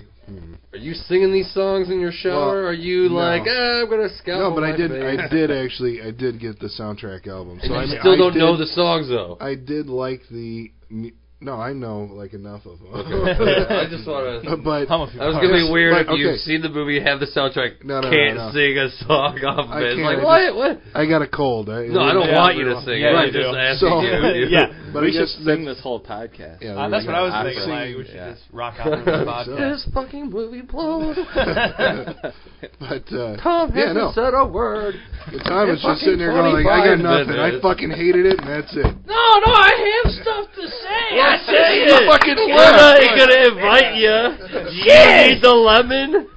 S2: I. Hmm.
S6: Are you singing these songs in your shower?
S2: Well,
S6: are you
S2: no.
S6: like ah, I'm gonna scalp?
S2: No, but I
S6: my
S2: did.
S6: face?"
S2: I did actually. I did get the soundtrack album. So
S6: And
S2: I
S6: you
S2: mean,
S6: still
S2: I
S6: don't know
S2: did-
S6: the songs though.
S2: I did like the. mu- No, I know like enough of them.
S6: I just want to.
S2: but
S4: Hum a few
S6: That was
S4: parts.
S6: gonna be weird
S2: but,
S6: if you've
S2: okay.
S6: seen the movie, have the soundtrack,
S2: No, no, no,
S6: can't
S2: no.
S6: sing a song off
S2: I
S6: of it. It's
S2: can't, I
S6: like what? What?
S2: I got a cold. I,
S6: No, I don't
S4: Yeah,
S6: want you to
S4: everyone.
S6: sing.
S4: Yeah,
S6: I'm
S4: you
S6: just
S4: do.
S6: asking
S2: So-
S6: you.
S4: Yeah.
S2: But I
S3: we should
S2: guess
S3: sing
S2: that-
S3: this whole podcast.
S2: yeah, there
S4: Uh, that's
S2: you go.
S4: what I was
S3: Opera.
S4: thinking. Like, we should
S3: Yeah.
S4: just rock out with the podcast.
S6: This fucking movie blows.
S2: But uh,
S6: Tom
S2: yeah,
S6: hasn't
S2: no.
S6: said a word.
S2: Tom was
S6: It's
S2: just sitting there going like,
S6: fucking
S2: I got
S6: 25
S2: nothing. I
S6: minutes.
S2: fucking hated it, and that's it.
S5: no, no, I have stuff to say. I say
S6: it. Fucking
S5: We're
S6: work.
S5: not gonna invite you. You need the lemon.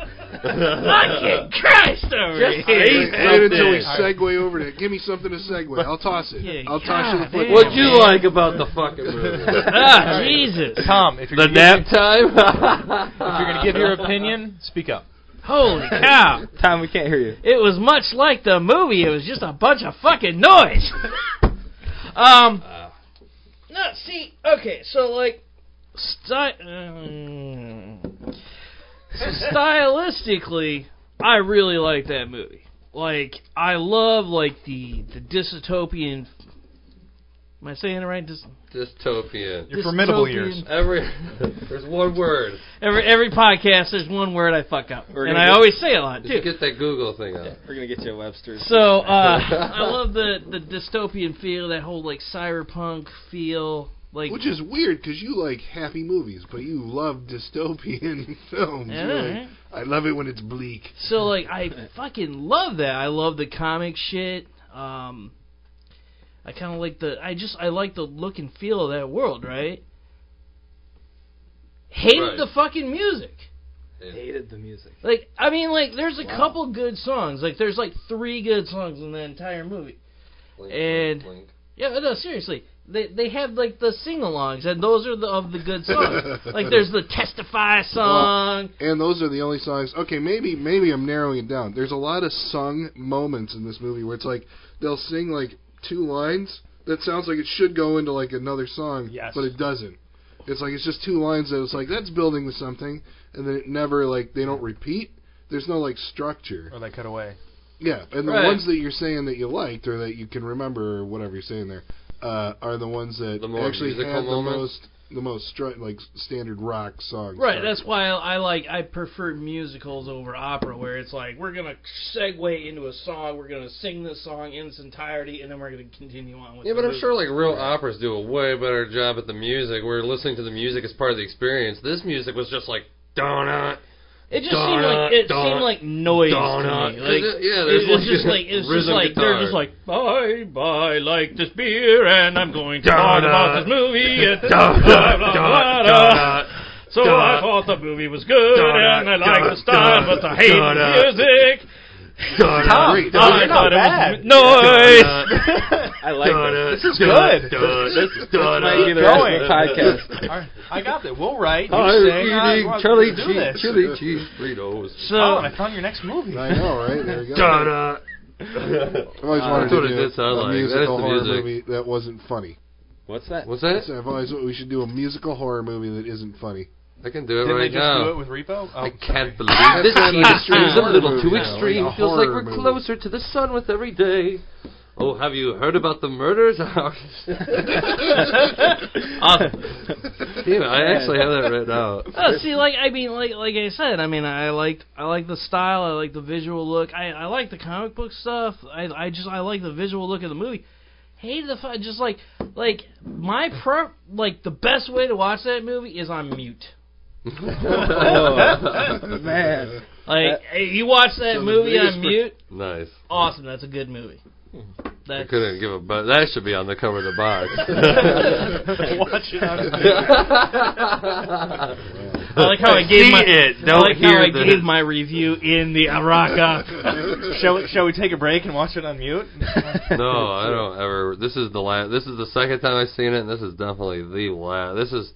S5: Fucking Christ over
S6: Just
S5: here.
S6: say
S2: Wait, wait until we
S6: something.
S2: segue over to. Give me something to segue. I'll toss it.
S5: Yeah,
S2: I'll toss you the
S5: God
S2: football.
S5: damn.
S6: What'd you like about the fucking movie?
S5: ah, Jesus.
S4: Tom, if
S6: the
S4: you're gonna give
S6: nap
S4: your-
S6: time.
S4: if you're gonna give your opinion, speak up.
S5: Holy cow.
S3: Tom, we can't hear you.
S5: It was much like the movie. It was just a bunch of fucking noise. um,
S6: Ah,
S5: no, see, okay, so like, sty- um, so stylistically, I really like that movie. Like, I love like the the dystopian. Am I saying it right? Dys-
S6: dystopian.
S4: Your formidable
S5: dystopian-
S4: years.
S6: Every there's one word.
S5: Every every podcast, there's one word I fuck up,
S3: We're
S5: and
S3: gonna
S5: I
S3: get-
S5: always say it a lot
S6: Did
S5: too.
S6: you get that Google thing up?
S3: We're gonna get you a Webster's.
S5: So uh, I love the the dystopian feel, that whole like cyberpunk feel. Like
S2: Which is weird because you like happy movies, but you love dystopian films.
S5: Yeah,
S2: You're like,
S5: right.
S2: I love it when it's bleak.
S5: So like I fucking love that. I love the comic shit. Um I kind of like the I just I like the look and feel of that world, right? Hated
S6: Right.
S5: the fucking music.
S3: Hated the music.
S5: Like I mean like there's a couple good songs. Like there's like 3 good songs in the entire movie.
S6: Blink,
S5: And-
S6: blink,
S5: Yeah, no, seriously. They they have like the sing-alongs and those are the of the good songs. like there's the testify song.
S2: And those are the only songs. Okay, maybe maybe I'm narrowing it down. There's a lot of sung moments in this movie where it's like they'll sing like two lines that sounds like it should go into like another song,
S4: Yes.
S2: but it doesn't. It's like it's just two lines that it's like that's building to something, and then it never like they don't repeat. There's no like structure.
S4: Or they cut away.
S2: Yeah, and the
S5: Right.
S2: ones that you're saying that you liked or that you can remember or whatever you're saying there uh, are the ones that
S6: The more
S2: actually
S6: musical
S2: had the
S6: moment?
S2: most the most stri- like standard rock songs.
S5: Right, that's why I, I like I prefer musicals over opera, where it's like we're gonna segue into a song, we're gonna sing this song in its entirety, and then we're gonna continue on with.
S6: Yeah,
S5: the
S6: but I'm
S5: movie.
S6: sure like real operas do a way better job at the music. We're listening to the music as part of the experience. This music was just like donut.
S5: it just
S6: Dun,
S5: seemed like it
S6: dun,
S5: seemed like noise
S6: dun,
S5: to me.
S6: dun.
S5: Like,
S6: Is it- yeah,
S5: it
S6: there's
S5: was
S6: like
S5: just like it's just
S6: rhythm
S5: like they're
S6: guitar.
S5: just like bye bye, like this beer, and I'm going to
S6: Dun,
S5: talk
S6: dun.
S5: about this movie. and
S6: Donut,
S5: blah, blah, blah,
S6: donut,
S5: blah.
S6: donut.
S5: So
S6: dun,
S5: I thought the movie was good,
S6: dun,
S5: and I
S6: dun,
S5: liked the style,
S6: dun,
S5: but I hate
S6: dun, dun.
S5: the music.
S6: donut,
S2: Great.
S6: donut,
S5: I thought it was
S4: bad.
S5: noise.
S3: I like
S6: donut,
S3: this.
S4: is
S6: donut,
S4: good.
S6: donut,
S3: This might be the
S6: donut.
S3: rest
S4: Going.
S3: of the podcast.
S4: I got that. We'll write. You
S6: I'm
S4: sing. Oh, I
S6: eating
S4: want to
S6: chili
S4: do
S6: cheese,
S4: this.
S6: chili cheese Fritos.
S5: So
S4: Oh, and I found your next movie.
S2: I know, right? There you go.
S6: Donut.
S2: I've always wanted
S6: Uh, That's what
S2: to
S6: it
S2: do
S6: did
S2: a
S6: sound like. That is
S2: musical
S6: the
S2: horror
S6: music.
S2: movie that wasn't funny.
S3: What's that?
S6: What's
S2: That's,
S6: that?
S2: I've always we should do a musical horror movie that isn't funny.
S6: I can do it
S4: Didn't
S6: right
S4: they just
S6: now.
S4: do it with Repo? Oh,
S6: I
S4: sorry.
S6: can't believe this
S2: That's an
S6: heat
S2: extreme
S6: is a
S2: horror
S6: little too
S2: movie,
S6: extreme.
S2: like a
S6: Feels like
S2: horror
S6: we're
S2: movie.
S6: closer to the sun with every day. Oh, have you heard about the murders? Oh, Damn it, I actually have that right now.
S5: Oh, see, like I mean, like like I said, I mean, I liked I like the style, I like the visual look, I I like the comic book stuff. I I just I like the visual look of the movie. Hated the fu- just like like my pro like the best way to watch that movie is on mute.
S3: Oh, man.
S5: Like you watch that
S2: So the
S5: movie
S2: biggest
S5: on
S2: pro-
S5: mute,
S6: nice.
S5: awesome. That's a good movie.
S6: I
S5: That's
S6: couldn't give a but that should be on the cover of the
S4: Watch it on
S6: box.
S5: I like how I gave
S6: See
S5: my
S6: it,
S5: I
S6: don't
S5: like how
S6: hear
S5: I
S6: the-
S5: gave my review in the Araka.
S4: Shall we, shall we take a break and watch it on mute?
S6: no, I don't ever. This is the last. This is the second time I've seen it. and This is definitely the last. This is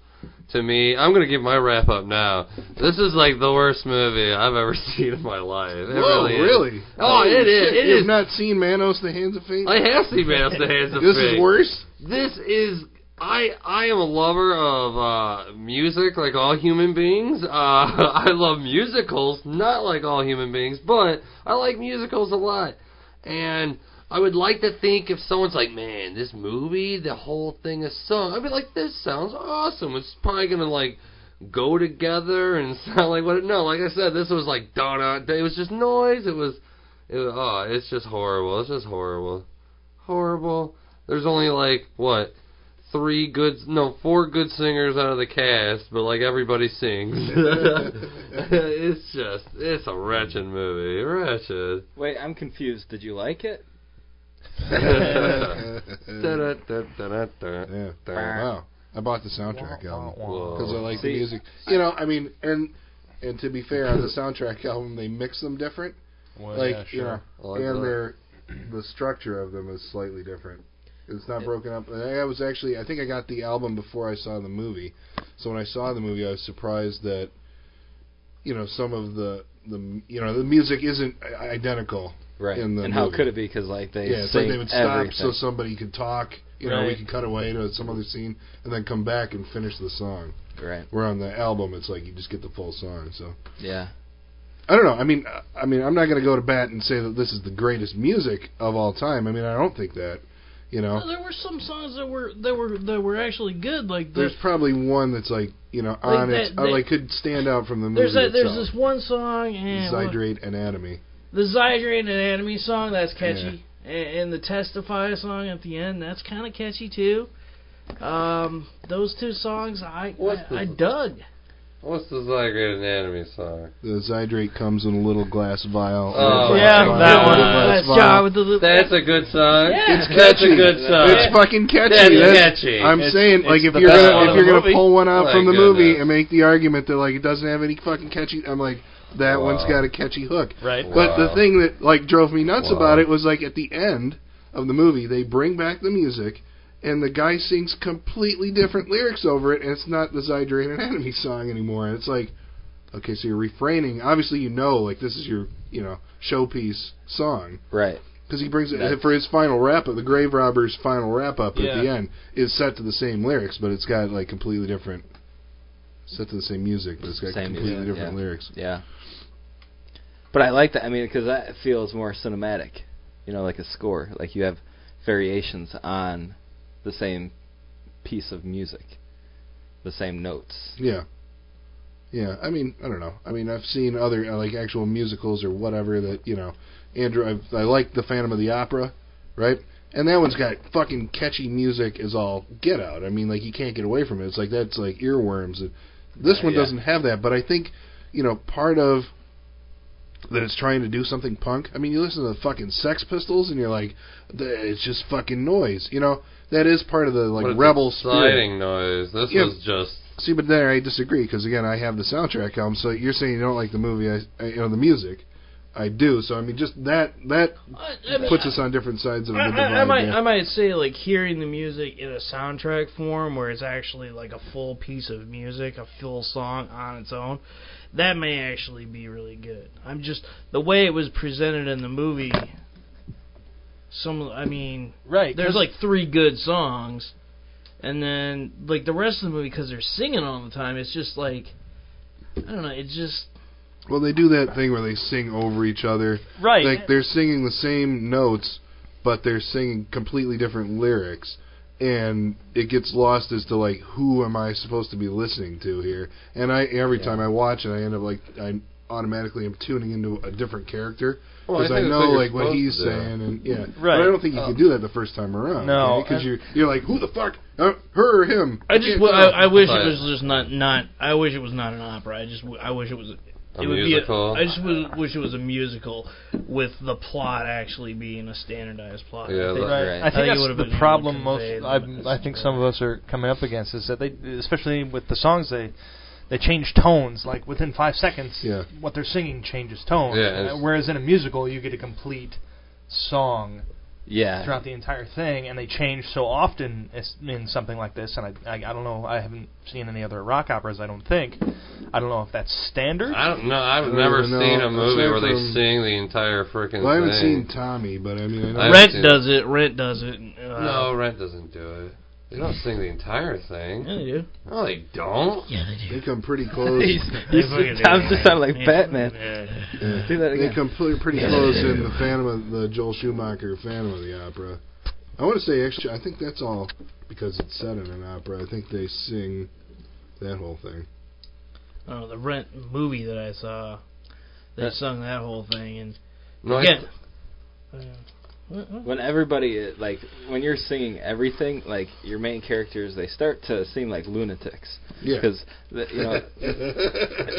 S6: to me. I'm gonna give my wrap up now. This is like the worst movie I've ever seen in my life. It
S2: Whoa,
S6: really? is.
S2: really?
S6: Oh, it is. It
S2: You've
S6: is.
S2: not seen Manos, the Hands of Fate.
S6: I have seen Man of the Hands of
S2: this
S6: Fate.
S2: is worse.
S6: This is. I I am a lover of uh, music, like all human beings. Uh, I love musicals, not like all human beings, but I like musicals a lot. And I would like to think if someone's like, "Man, this movie, the whole thing is sung," I'd be like, "This sounds awesome." It's probably gonna like go together and sound like what? it- No, like I said, this was like Donna. It was just noise. It was, it was. Oh, it's just horrible. It's just horrible, horrible. There's only like what three good, no, four good singers out of the cast, but like everybody sings. it's just, it's a wretched movie, wretched.
S3: Wait, I'm confused. Did you like it?
S2: yeah.
S6: Da-da-da-da-da.
S2: Wow. I bought the soundtrack album. because I
S6: Whoa.
S2: like
S3: See,
S2: the music. You know, I mean, and and to be fair, on the soundtrack album, they mix them different. like
S4: Well, Oh, yeah,
S2: you
S4: sure.
S2: know,
S6: I like
S2: and
S6: that.
S2: their the structure of them is slightly different. It's not broken up. And I was actually, I think I got the album before I saw the movie. So when I saw the movie, I was surprised that you know some of the the you know the music isn't i- identical.
S3: Right.
S2: In the
S3: and how
S2: movie.
S3: could it be? Because like they
S2: Yeah, it's
S3: sing
S2: like they would stop
S3: everything.
S2: so somebody could talk. You know, we
S5: Right.
S2: could cut away to some other scene and then come back and finish the song.
S3: right.
S2: Where on the album, it's like you just get the full song. So
S3: Yeah.
S2: I don't know. I mean, uh, I mean, I'm not going to go to bat and say that this is the greatest music of all time. I mean, I don't think that. You know,
S5: There were some songs that were that were that were actually good, like the
S2: there's probably one that's like you know on
S5: that-
S2: its uh,
S5: that-
S2: like could stand out from the movie
S5: There's that, there's
S2: itself.
S5: this one song and
S2: Zydrate Anatomy.
S5: the Zydrate and Anatomy song that's catchy, and, and the Testify song at the end that's kind of catchy too. Um, those two songs I
S6: What's
S5: I, I
S6: the-
S5: dug.
S6: What's the Zygrate Anatomy song?
S2: The Zydrate comes in a little glass vial.
S6: Oh,
S2: Or a
S4: Yeah,
S2: glass
S4: that
S2: vial, a
S4: one.
S2: glass
S5: Last
S2: vial.
S5: job with the little-
S6: That's a good song.
S5: Yeah. It's
S6: That's a
S2: catchy.
S6: good song.
S2: It's fucking catchy.
S6: That's
S2: That's-
S6: Uh, catchy.
S2: I'm
S6: It's-
S2: saying,
S3: it's
S2: like, if
S3: the
S2: you're
S6: best
S2: gonna
S6: one
S2: if
S6: of
S2: you're
S6: the
S2: gonna
S6: movie.
S2: pull one out
S6: My
S2: from the movie
S6: goodness.
S2: and make the argument that like it doesn't have any fucking catchy, I'm like, that
S6: Wow.
S2: one's got a catchy hook.
S4: Right.
S2: But the
S6: Wow.
S2: thing that like drove me nuts
S6: Wow.
S2: about it was like at the end of the movie, they bring back the music. And the guy sings completely different lyrics over it, and it's not the Zydrate Anatomy song anymore. And it's like, okay, so you're refraining. Obviously, you know, like this is your, you know, showpiece song.
S3: Right.
S2: Because he brings it
S3: That's-
S2: for his final wrap up. The Grave Robber's final wrap up
S4: Yeah.
S2: at the end is set to the same lyrics, but it's got like completely different. Set to the same music, but it's got
S3: Same
S2: completely
S3: music,
S2: different
S3: yeah.
S2: lyrics.
S3: Yeah. But I like that. I mean, because that feels more cinematic, you know, like a score. Like you have variations on the same piece of music, the same notes.
S2: Yeah, yeah. I mean, I don't know. I mean, I've seen other uh, like actual musicals or whatever that you know. Andrew, I've, I like the Phantom of the Opera, right? And that one's got fucking catchy music as all get out. I mean, like you can't get away from it. It's like that's like earworms. This
S3: Yeah,
S2: one
S3: yeah.
S2: doesn't have that, but I think you know part of that it's trying to do something punk. I mean, you listen to the fucking Sex Pistols and you're like, "Th- it's just fucking noise. You know, that is part of the
S6: But
S2: like
S6: it's
S2: rebel spirit.
S6: exciting noise. This
S2: Yeah.
S6: was just
S2: See, but there I disagree because again, I have the soundtrack album. So you're saying you don't like the movie? I, I you know the music. I do. So I mean, just that that
S5: I, I mean,
S2: puts
S5: I-
S2: us on different sides of the
S5: I,
S2: divide.
S5: I, I might
S2: yeah.
S5: I might say like hearing the music in a soundtrack form where it's actually like a full piece of music, a full song on its own. That may actually be really good. I'm just the way it was presented in the movie. Some I mean,
S4: Right.
S5: there's like three good songs, and then like the rest of the movie because they're singing all the time. It's just like I don't know. It's just
S2: Well, they do that thing where they sing over each other.
S4: right.
S2: Like they're singing the same notes, but they're singing completely different lyrics, and it gets lost as to like who am I supposed to be listening to here? And I every
S3: Yeah.
S2: time I watch it, I end up like I automatically am tuning into a different character
S6: Well,
S2: because
S6: I
S2: I,
S6: think that's
S2: know
S6: what you're
S2: like what
S6: supposed
S2: he's
S6: to do.
S2: saying and yeah.
S4: Right. Um,
S2: But I don't think you
S6: Oh.
S2: can do that the first time around.
S4: No,
S2: because
S4: I-
S2: you're you're like who the fuck uh, her or him?
S5: I just
S2: can't
S5: w-
S2: tell.
S5: I, I wish
S6: But-
S5: it was just not not I wish it was not an opera. I just w- I wish it was
S6: a
S5: it would
S6: musical.
S5: Be a, I just w- wish it was a musical with the plot actually being a standardized plot.
S6: Yeah,
S5: I think-
S6: that-
S4: Right.
S3: Right.
S4: I
S5: I think
S4: think
S5: it
S4: that's
S5: would've been
S4: the
S5: able
S4: problem
S5: to
S4: most.
S5: convey the
S4: I, I
S5: message
S4: think some of us are coming up against is that they, especially with the songs they, they change tones like within five seconds.
S2: Yeah.
S4: What they're singing changes tone.
S6: Yeah, it's-
S4: Whereas in a musical, you get a complete song
S3: Yeah.
S4: throughout the entire thing, and they change so often as- in something like this. And I, I, I don't know. I haven't seen any other rock operas. I don't think. I don't know if that's standard.
S6: I don't know. I've
S2: I don't
S6: never
S2: even know.
S6: seen a movie
S2: Aside
S6: where they
S2: from-
S6: sing the entire freaking.
S2: Well, I haven't seen
S6: thing.
S2: Tommy, but I mean I know
S6: I-
S5: Rent
S6: I've seen-
S5: does it. Rent does it. Uh,
S6: No, Rent doesn't do it. They don't sing the entire
S5: Yeah,
S6: thing.
S5: they do.
S6: No, they don't.
S5: Yeah, they
S2: they come pretty close.
S5: They
S3: He's-
S5: fucking do.
S3: Tom just sounded like
S5: Yeah.
S3: Batman.
S5: Yeah.
S2: Yeah.
S3: Do that
S2: They
S3: again.
S2: come pretty, pretty close in the Phantom of the Joel Schumacher Phantom of the Opera. I want to say actually, I think that's all because it's set in an opera. I think they sing that whole thing.
S5: Oh, the Rent movie that I saw, they
S3: That-
S5: sung that whole thing and
S6: No, I-
S5: again. uh, what- what?
S3: When everybody i- like when you're singing everything, like your main characters, they start to seem like lunatics
S2: Yeah.
S3: because you know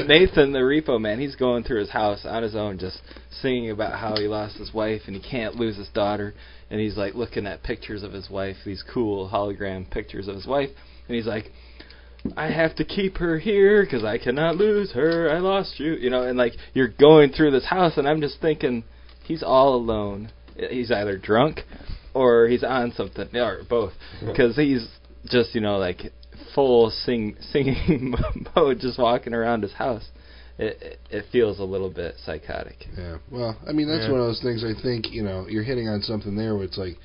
S3: Nathan the repo man, he's going through his house on his own just singing about how he lost his wife and he can't lose his daughter and he's like looking at pictures of his wife, these cool hologram pictures of his wife and he's like I have to keep her here cuz I cannot lose her. I lost you, you know, and like you're going through this house and I'm just thinking he's all alone. He's either drunk or he's on something or both because he's just you know like full sing singing mode just walking around his house it it- it feels a little bit psychotic
S2: Yeah. Well, I mean, that's
S4: Yeah.
S2: one of those things I think, you know, you're hitting on something there where it's like,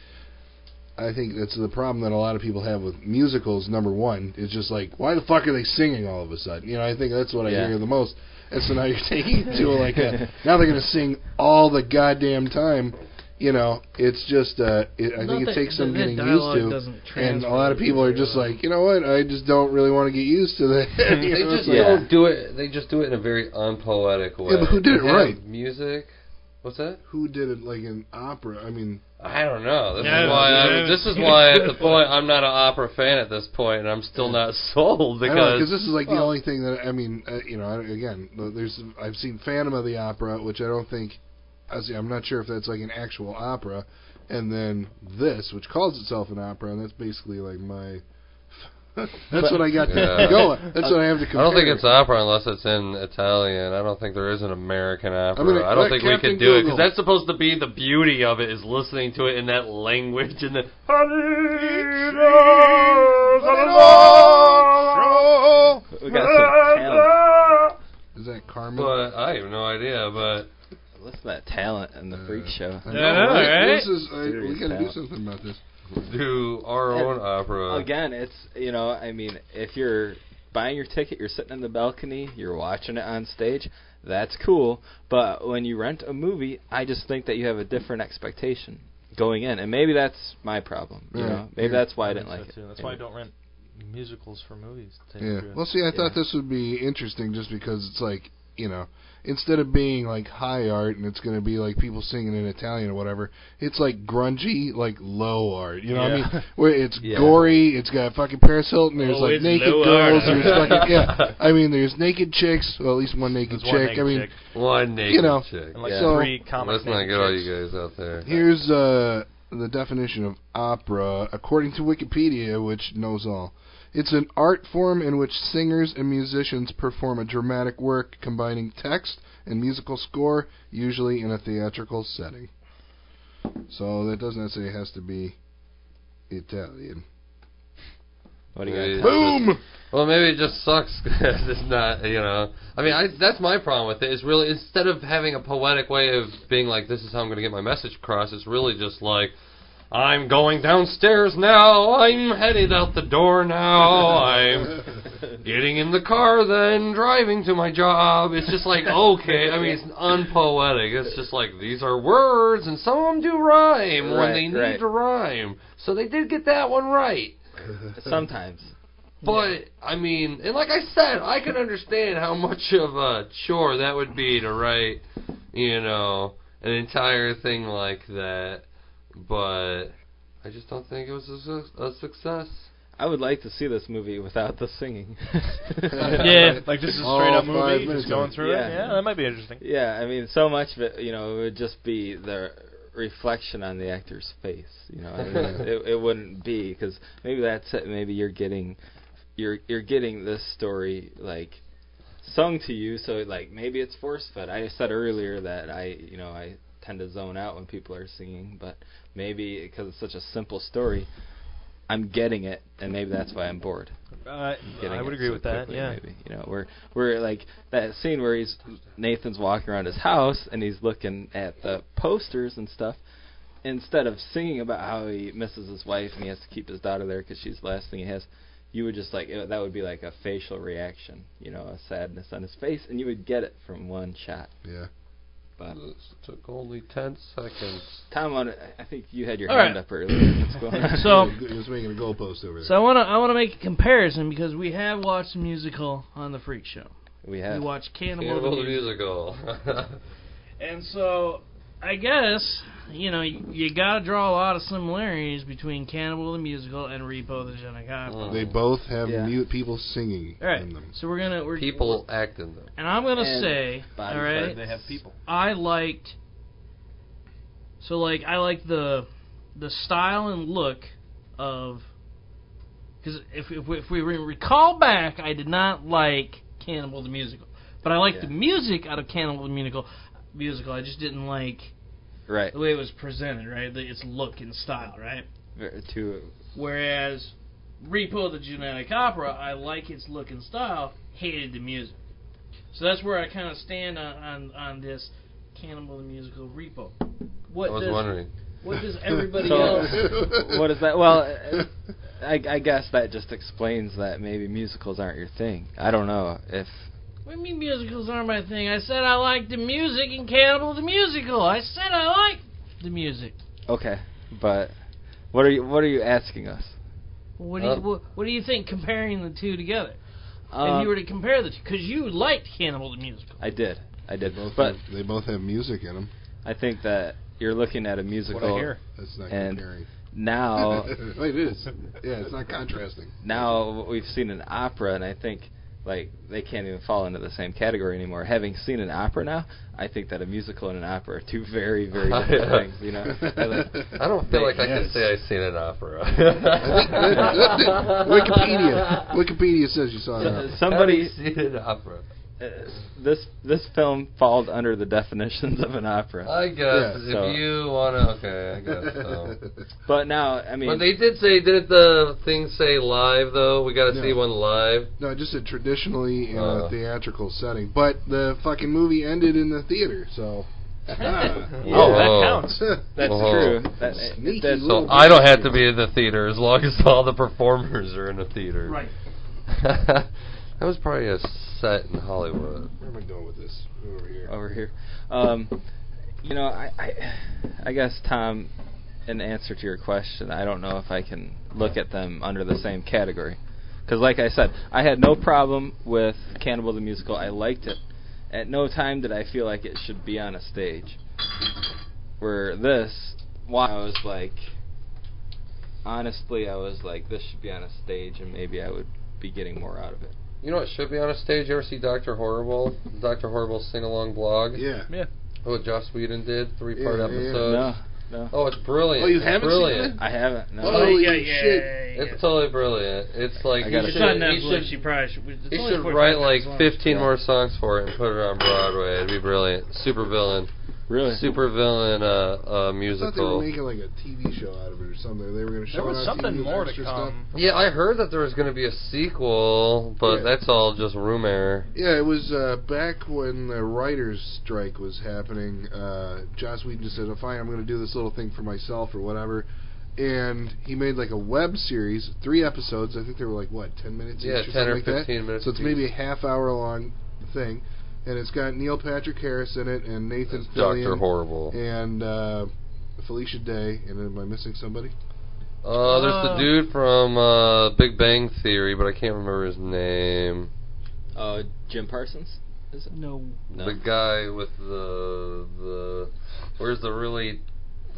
S2: I think that's the problem that a lot of people have with musicals, number one, is just like, why the fuck are they singing all of a sudden? You know, I think that's what I
S3: Yeah.
S2: hear the most. And so now you're taking it to like a, now they're going to sing all the goddamn time. You know, it's just, uh, it, I
S5: Not
S2: think it
S5: that-
S2: takes some
S5: that
S2: getting
S5: dialogue
S2: used to.
S5: doesn't
S2: And
S5: transfer
S2: a lot of people are
S5: to,
S2: just
S5: uh,
S2: like, you know what? I just don't really want to get used to that.
S6: They
S2: You know, it's
S6: just
S2: like,
S3: Yeah.
S6: don't do it. They just do it in a very unpoetic way.
S2: but who did it
S6: They have
S2: right?
S6: Music. What's that?
S2: Who did it like an opera? I mean,
S6: I don't know. This
S8: Yeah,
S6: is why.
S8: yeah.
S6: I'm, this is why at the point I'm not an opera fan at this point, and I'm still not sold
S2: I don't know,
S6: because
S2: this is like the
S6: well-
S2: only thing that I mean, uh, you know, I, again, th- there's I've seen Phantom of the Opera, which I don't think, I see, I'm not sure if that's like an actual opera, and then this, which calls itself an opera, and that's basically like my. that's what I got
S6: Yeah.
S2: to go. That's what I have to
S6: I
S2: compare.
S6: don't think it's opera unless it's in Italian. I don't think there is an American opera.
S2: gonna
S6: I don't
S2: let
S6: think we
S2: Captain
S6: could do it
S2: Google.
S6: because that's supposed to be the beauty of it is listening to it in that language and the.
S3: We got some talent.
S2: Is that Carmen?
S6: But I have no idea. But
S3: Listen to that talent in the freak show.
S2: I know,
S8: Yeah, I know, right?
S2: This is, I, we
S3: Serious
S2: got to do
S3: talent.
S2: something about this.
S6: do our own opera.
S3: Again, it's you know, I mean, if you're buying your ticket, you're sitting in the balcony, you're watching it on stage. That's cool, but when you rent a movie, I just think that you have a different expectation going in, and maybe that's my problem. You
S2: Yeah,
S3: know, maybe
S2: yeah.
S3: that's why I didn't
S4: think
S3: like
S4: so,
S3: it.
S4: too. That's why I don't rent musicals for movies. to tell you
S2: Yeah.
S4: the truth.
S2: Well, see, I thought
S3: Yeah.
S2: this would be interesting just because it's like, you know, instead of being like high art and it's going to be like people singing in Italian or whatever, it's like grungy, like low art. You know
S4: Yeah.
S2: what I mean? Where it's
S3: Yeah.
S2: gory, it's got fucking Paris Hilton, there's
S8: Oh,
S2: like
S8: it's
S2: naked
S8: low
S2: girls,
S8: art.
S2: there's fucking, yeah. I mean, there's naked chicks, well, at least one naked
S4: There's
S2: chick.
S4: one naked
S2: I mean,
S4: chick
S6: One naked
S2: You know,
S6: chick.
S4: and like
S3: Yeah.
S2: So-
S4: three comic
S6: Let's not
S4: naked
S6: get all
S4: chicks.
S6: you guys out there.
S2: Here's uh, the definition of opera, according to Wikipedia, which knows all. It's an art form in which singers and musicians perform a dramatic work combining text and musical score, usually in a theatrical setting. So that doesn't necessarily has to be Italian.
S3: What do you
S6: Yeah.
S3: guys?
S2: Boom!
S6: Well, maybe it just sucks. 'cause it's not, you know. I mean, I, that's my problem with it. It's really instead of having a poetic way of being like, "This is how I'm going to get my message across," it's really just like, "I'm going downstairs now. I'm headed out the door now. I'm getting in the car, then driving to my job." It's just like, okay. I mean, it's unpoetic. It's just like these are words, and some of them do rhyme when
S3: Right,
S6: they need
S3: right.
S6: to rhyme. So they did get that one right.
S3: Sometimes.
S6: But I mean, and like I said, I can understand how much of a chore that would be to write, you know, an entire thing like that. But I just don't think it was a, su- a success.
S3: I would like to see this movie without the singing.
S2: Yeah.
S4: Like just a
S2: All
S4: straight up
S2: five
S4: movie,
S2: minutes
S4: just
S2: of
S4: going
S2: it.
S4: through
S3: Yeah.
S4: it. Yeah, that might be interesting.
S3: Yeah, I mean, so much of it, you know, it would just be the reflection on the actor's face. You know, I mean, it, it wouldn't be because maybe that's it. Maybe you're getting, you're you're getting this story like sung to you. So like maybe it's force fed. I said earlier that I, you know, I tend to zone out when people are singing, but maybe because it's such a simple story, I'm getting it, and maybe that's why I'm bored
S4: Uh,
S3: getting
S4: I would
S3: it
S4: agree
S3: so
S4: with that.
S3: quickly,
S4: Yeah.
S3: maybe you know, where where like that scene where he's Nathan's walking around his house and he's looking at the posters and stuff. Instead of singing about how he misses his wife and he has to keep his daughter there because she's the last thing he has, you would just like it, that would be like a facial reaction, you know, a sadness on his face, and you would get it from one shot.
S2: Yeah.
S3: But
S6: This took only ten seconds.
S3: Tom, on I think you had your
S5: All
S3: hand
S5: right.
S3: up earlier. What's going on?
S5: So-
S2: He was making a goalpost over there.
S5: So I wanna I wanna make a comparison because we have watched a musical on the Freak Show.
S3: we have
S5: We watched Cannibal,
S6: Cannibal
S5: the
S6: the
S5: Musical.
S6: musical.
S5: And so, I guess you know you, you got to draw a lot of similarities between Cannibal the Musical and Repo the Genetic Opera.
S2: they both have
S3: Yeah.
S2: mute people singing
S5: All right,
S2: in them.
S5: so we're gonna we're
S6: People act in them.
S5: and I'm gonna
S3: And
S5: say
S3: bodies
S5: all right.
S3: are-
S4: They have people.
S5: I liked so like I liked the the style and look of because if if we, if we re- recall back, I did not like Cannibal the Musical, but I liked
S3: Yeah.
S5: the music out of Cannibal the Musical. Musical, I just didn't like
S3: right
S5: the way it was presented, right? The, its look and style, right?
S3: ver- to
S5: Whereas Repo the Genetic Opera, I like its look and style, hated the music. So that's where I kind of stand on, on, on this Cannibal the Musical Repo. What
S6: I was
S5: does
S6: wondering.
S5: what does everybody
S3: So-
S5: else?
S3: what is that? Well, uh, I, I guess that just explains that maybe musicals aren't your thing. I don't know if
S5: What do you mean musicals aren't my thing? I said I like the music in Cannibal the Musical. I said I like the music.
S3: okay, but what are you what are you asking us?
S5: What do you
S6: Uh,
S5: what, what do you think comparing the two together?
S3: Um,
S5: if you were to compare the two, because you liked Cannibal the Musical.
S3: I did, I did,
S2: Both
S3: but
S2: have, they both have music in them.
S3: I think that you're looking at a musical
S4: What I hear.
S2: That's not
S3: And-
S2: comparing.
S3: now.
S2: Wait, it is. Yeah, it's not contrasting.
S3: now we've seen an opera, and I think like they can't even fall into the same category anymore. Having seen an opera now, I think that a musical and an opera are two very, very different things. You know, I like-
S6: I don't feel like I can
S2: Yes.
S6: say I've seen an opera.
S2: Wikipedia. Wikipedia says you saw
S3: Uh,
S2: that.
S3: somebody,
S6: Have you seen an opera.
S3: uh, this this film falls under the definitions of an opera.
S6: I guess
S2: Yeah,
S6: if
S3: so-
S6: you want to, okay, I guess so.
S3: But now, I mean,
S6: but they did say, didn't the thing say live though? We got to
S2: No.
S6: see one live.
S2: No, just a traditionally in
S6: Uh.
S2: a theatrical setting. But the fucking movie ended in the theater, so.
S4: Oh,
S6: Whoa.
S4: that counts.
S3: that's
S6: Whoa.
S3: true. That,
S2: Sneaky
S3: that's-
S2: little-
S6: Oh. So I don't have to be in the theater as long as all the performers are in the theater.
S5: Right.
S6: that was probably a set in Hollywood.
S2: Where am I going with this? Over here.
S3: over here. Um, you know, I, I, I guess Tom, in answer to your question, I don't know if I can look at them under the same category, because like I said, I had no problem with Cannibal the Musical. I liked it. At no time did I feel like it should be on a stage. Where this, why I was like, honestly, I was like, this should be on a stage, and maybe I would be getting more out of it.
S6: You know what should be on a stage? You ever see Dr. Horrible? Dr. Horrible's sing along blog?
S2: Yeah.
S6: What Joss Whedon did? Three part
S2: Yeah, yeah, yeah.
S6: episode?
S3: No, no,
S6: Uh, Oh, it's brilliant.
S2: Oh, you
S6: It's
S2: haven't seen
S6: brilliant.
S2: it?
S3: I haven't. No.
S2: Holy
S5: yeah,
S2: shit.
S5: yeah, yeah.
S6: It's totally brilliant. It's like
S3: I
S6: he
S3: gotta
S5: If it's
S6: should,
S5: on
S6: he should-
S5: Netflix. You probably should. it's
S6: He
S5: only
S6: should
S5: 45
S6: write like
S5: minutes long.
S6: 15 more songs for it and put it on Broadway. It'd be brilliant. Super villain.
S3: Really?
S6: Super villain
S2: I thought they were
S6: uh, uh, musical.
S2: making like a TV show out of it or something. They were going to show it
S4: There was
S2: on
S4: something
S2: TV with
S4: more to
S2: extra
S4: come.
S6: Yeah, I heard that there was going to be a sequel, but
S2: Yeah.
S6: that's all just rumor.
S2: Stuff. Yeah, it was uh, back when the writers' strike was happening. Uh, Joss Whedon just said, oh, "Fine, I'm going to do this little thing for myself or whatever." And he made like a web series, three episodes. I think they were like what, ten minutes?
S6: Yeah,
S2: each or
S6: 10 or
S2: something like that?
S6: 15 minutes
S2: So it's
S6: each.
S2: maybe a half hour long thing, and it's got Neil Patrick Harris in it and Nathan
S6: Doctor
S2: Fillion
S6: Horrible.
S2: and uh, Felicia Day. And am I missing somebody?
S6: Uh, there's
S4: Oh.
S6: the dude from uh, Big Bang Theory, but I can't remember his name.
S3: Uh, Jim Parsons.
S5: No.
S3: No.
S6: The guy with the the where's the really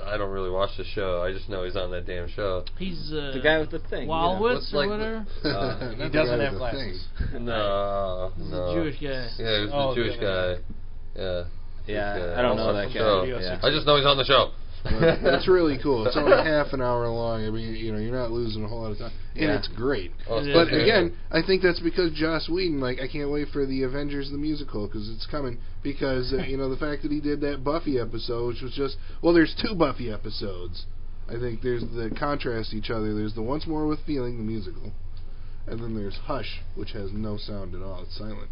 S6: I don't really watch the show. I just know he's on that damn show.
S5: He's uh,
S3: The guy with the thing, you know,
S5: Wallwitz
S6: looks like
S5: or
S6: the-
S5: whatever.
S3: Uh,
S2: Not
S4: He
S2: the
S4: doesn't
S2: guy
S4: have
S2: with the thing.
S4: glasses.
S6: No,
S5: He's
S6: no.
S5: a Jewish guy.
S6: Yeah, he was
S4: Oh,
S6: the Jewish
S4: the other
S6: guy. Yeah.
S3: Yeah,
S6: Yeah,
S3: I don't know
S6: also
S3: that
S6: from
S3: guy.
S4: Studio
S3: Yeah.
S6: I just know he's on the show.
S2: But it's really cool. It's only half an hour long. I mean, you know, you're not losing a whole lot of time, and
S3: Yeah.
S2: it's great.
S6: Oh, it's
S5: Yeah.
S2: But
S6: good.
S2: again, I think that's because Joss Whedon. Like, I can't wait for the Avengers the musical because it's coming. Because uh, you know the fact that he did that Buffy episode, which was just well, there's two Buffy episodes. I think there's the contrast each other. There's the Once More with Feeling the musical, and then there's Hush, which has no sound at all. It's silent.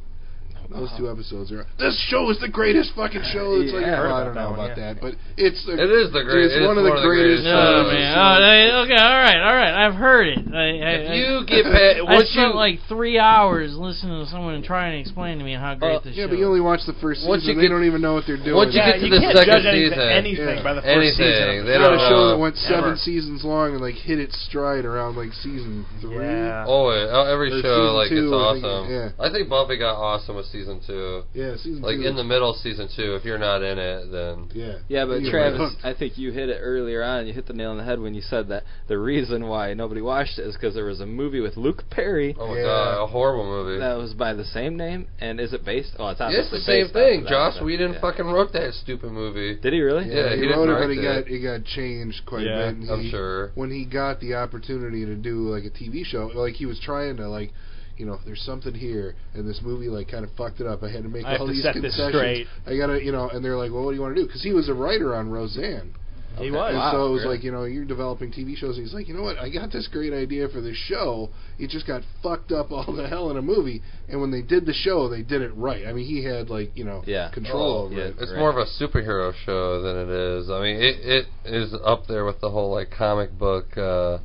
S2: Those two episodes are. This show is the greatest fucking show. It's like
S3: Yeah, I
S4: heard
S2: well, I don't know about
S4: about that one, Uh-huh. yeah.
S2: that, but it's. a-
S6: It is the great-
S2: It's, uh, one, of the greatest.
S5: Oh
S6: shows.
S5: man! Oh, they, okay, all right, all right. I've heard it. I, I,
S6: If
S5: I-
S6: you get past,
S5: I
S6: once you
S5: spent like three hours listening to someone trying to explain to me how
S6: Uh,
S5: great this
S2: Yeah,
S5: show.
S2: but you only watch the first
S6: Once
S2: season.
S6: you
S2: They
S6: get-
S2: don't even know what they're doing.
S6: once you get
S4: yeah,
S6: to
S4: you
S6: the
S4: can't
S6: second
S4: judge anything,
S6: season.
S4: anything
S2: Yeah.
S4: by the first
S6: Anything.
S4: season. of the
S6: They
S2: It's not
S4: show.
S6: don't
S2: a show that
S6: know.
S2: went seven
S4: Ever.
S2: seasons long and like hit its stride around like season three.
S4: Yeah.
S6: always oh, every
S2: Or
S6: show
S2: season
S6: like
S2: two,
S6: it's
S2: I think,
S6: awesome.
S2: yeah.
S6: I think Buffy got awesome with season two.
S2: Yeah, season
S6: Like
S2: two.
S6: in the middle of season two, if you're not in it, then
S2: yeah,
S3: Yeah, but
S2: You're
S3: Travis,
S2: hooked.
S3: I think you hit it earlier on. You hit the nail on the head when you said that the reason why nobody watched it is because there was a movie with Luke Perry
S6: oh my
S2: Yeah.
S6: god, a horrible movie.
S3: that was by the same name. And is it based? Oh, it's
S6: Yeah,
S3: obviously
S6: it's the same
S3: based off
S6: thing.
S3: of that,
S6: Joss
S3: but-
S6: Whedon
S3: yeah.
S6: fucking wrote that stupid movie.
S3: Did he really?
S6: Yeah, he
S2: he,
S6: didn't
S2: wrote it,
S6: direct
S2: but he
S6: it.
S2: got it got changed quite
S4: Yeah,
S2: a bit. and
S6: I'm
S2: he-
S6: sure.
S2: when he got the opportunity to do like a TV show, like he was trying to like. You know, there's something here, and this movie like kind of fucked it up. I had to make
S4: I have
S2: all
S4: to
S2: these
S4: set this
S2: concessions.
S4: straight.
S2: I gotta, you know, and they're like, "Well, what do you want to do?" Because he was a writer on Roseanne.
S4: He
S2: And
S4: was.
S2: so it was
S3: really?
S2: like, you know, you're developing TV shows. And he's like, you know what? I got this great idea for this show. It just got fucked up all the hell in a movie. And when they did the show, they did it right. I mean, he had, like, you know,
S3: Yeah.
S2: control
S6: Oh,
S2: over
S3: yeah.
S2: it.
S6: It's
S3: Right.
S6: more of a superhero show than it is. I mean, it it is up there with the whole like comic book, uh,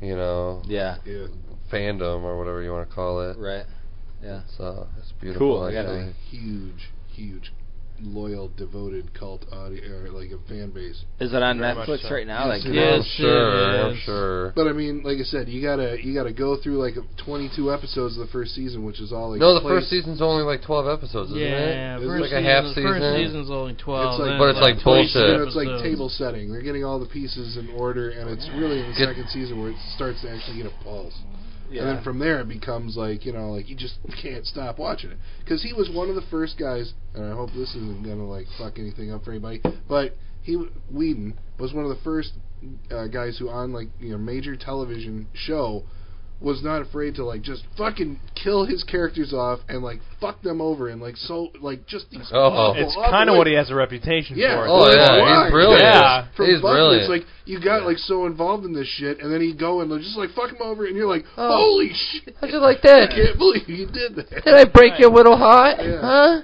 S6: you know,
S3: Yeah.
S2: Yeah.
S6: fandom or whatever you want to call it.
S3: Right. Yeah.
S6: So it's beautiful.
S3: Cool, I gotta-
S6: actually.
S2: Huge, huge loyal, devoted cult audience, or like a fan base.
S3: Is it on
S4: Very much
S3: Netflix
S4: so.
S3: right
S2: Yes,
S3: now? Like,
S2: it
S5: Yes,
S6: I'm sure.
S5: it
S6: I'm
S5: is.
S6: sure.
S2: But I mean, like I said, you gotta you gotta go through like 22 episodes of the first season, which is all like
S6: no, the
S2: place-
S6: first season's only like 12 episodes, isn't
S5: yeah,
S6: it?
S5: first
S6: like
S5: season,
S6: a half
S5: First
S6: season.
S5: season's only twelve.
S2: like-
S5: then
S2: But it's
S6: like
S5: 26
S6: bullshit.
S2: You know, it's like
S5: episodes.
S2: table setting. They're getting all the pieces in order, and it's really in the
S6: Get-
S2: second season where it starts to actually get a pulse.
S3: yeah.
S2: And then from there, it becomes like you know, like you just can't stop watching it because he was one of the first guys, and I hope this isn't gonna like fuck anything up for anybody, but he Whedon was one of the first uh, guys who on like you know major television show was not afraid to like just fucking kill his characters off and like fuck them over and like so like just these
S6: Oh.
S2: awful,
S4: It's
S2: awful
S4: kind of
S2: ways.
S4: what he has a reputation
S2: Yeah.
S4: for. at
S6: Oh,
S4: this
S6: yeah.
S4: point.
S2: Why?
S6: He's brilliant.
S4: Yeah.
S2: From
S6: He's
S2: Buffy,
S6: brilliant.
S2: It's like you got like so involved in this shit, and then he'd go and like, just like fuck him over, and you're like,
S6: Oh.
S2: holy shit!
S6: I just like
S2: I
S6: that.
S2: can't believe you did that.
S6: Did I break your little heart?
S2: Yeah.
S6: Huh?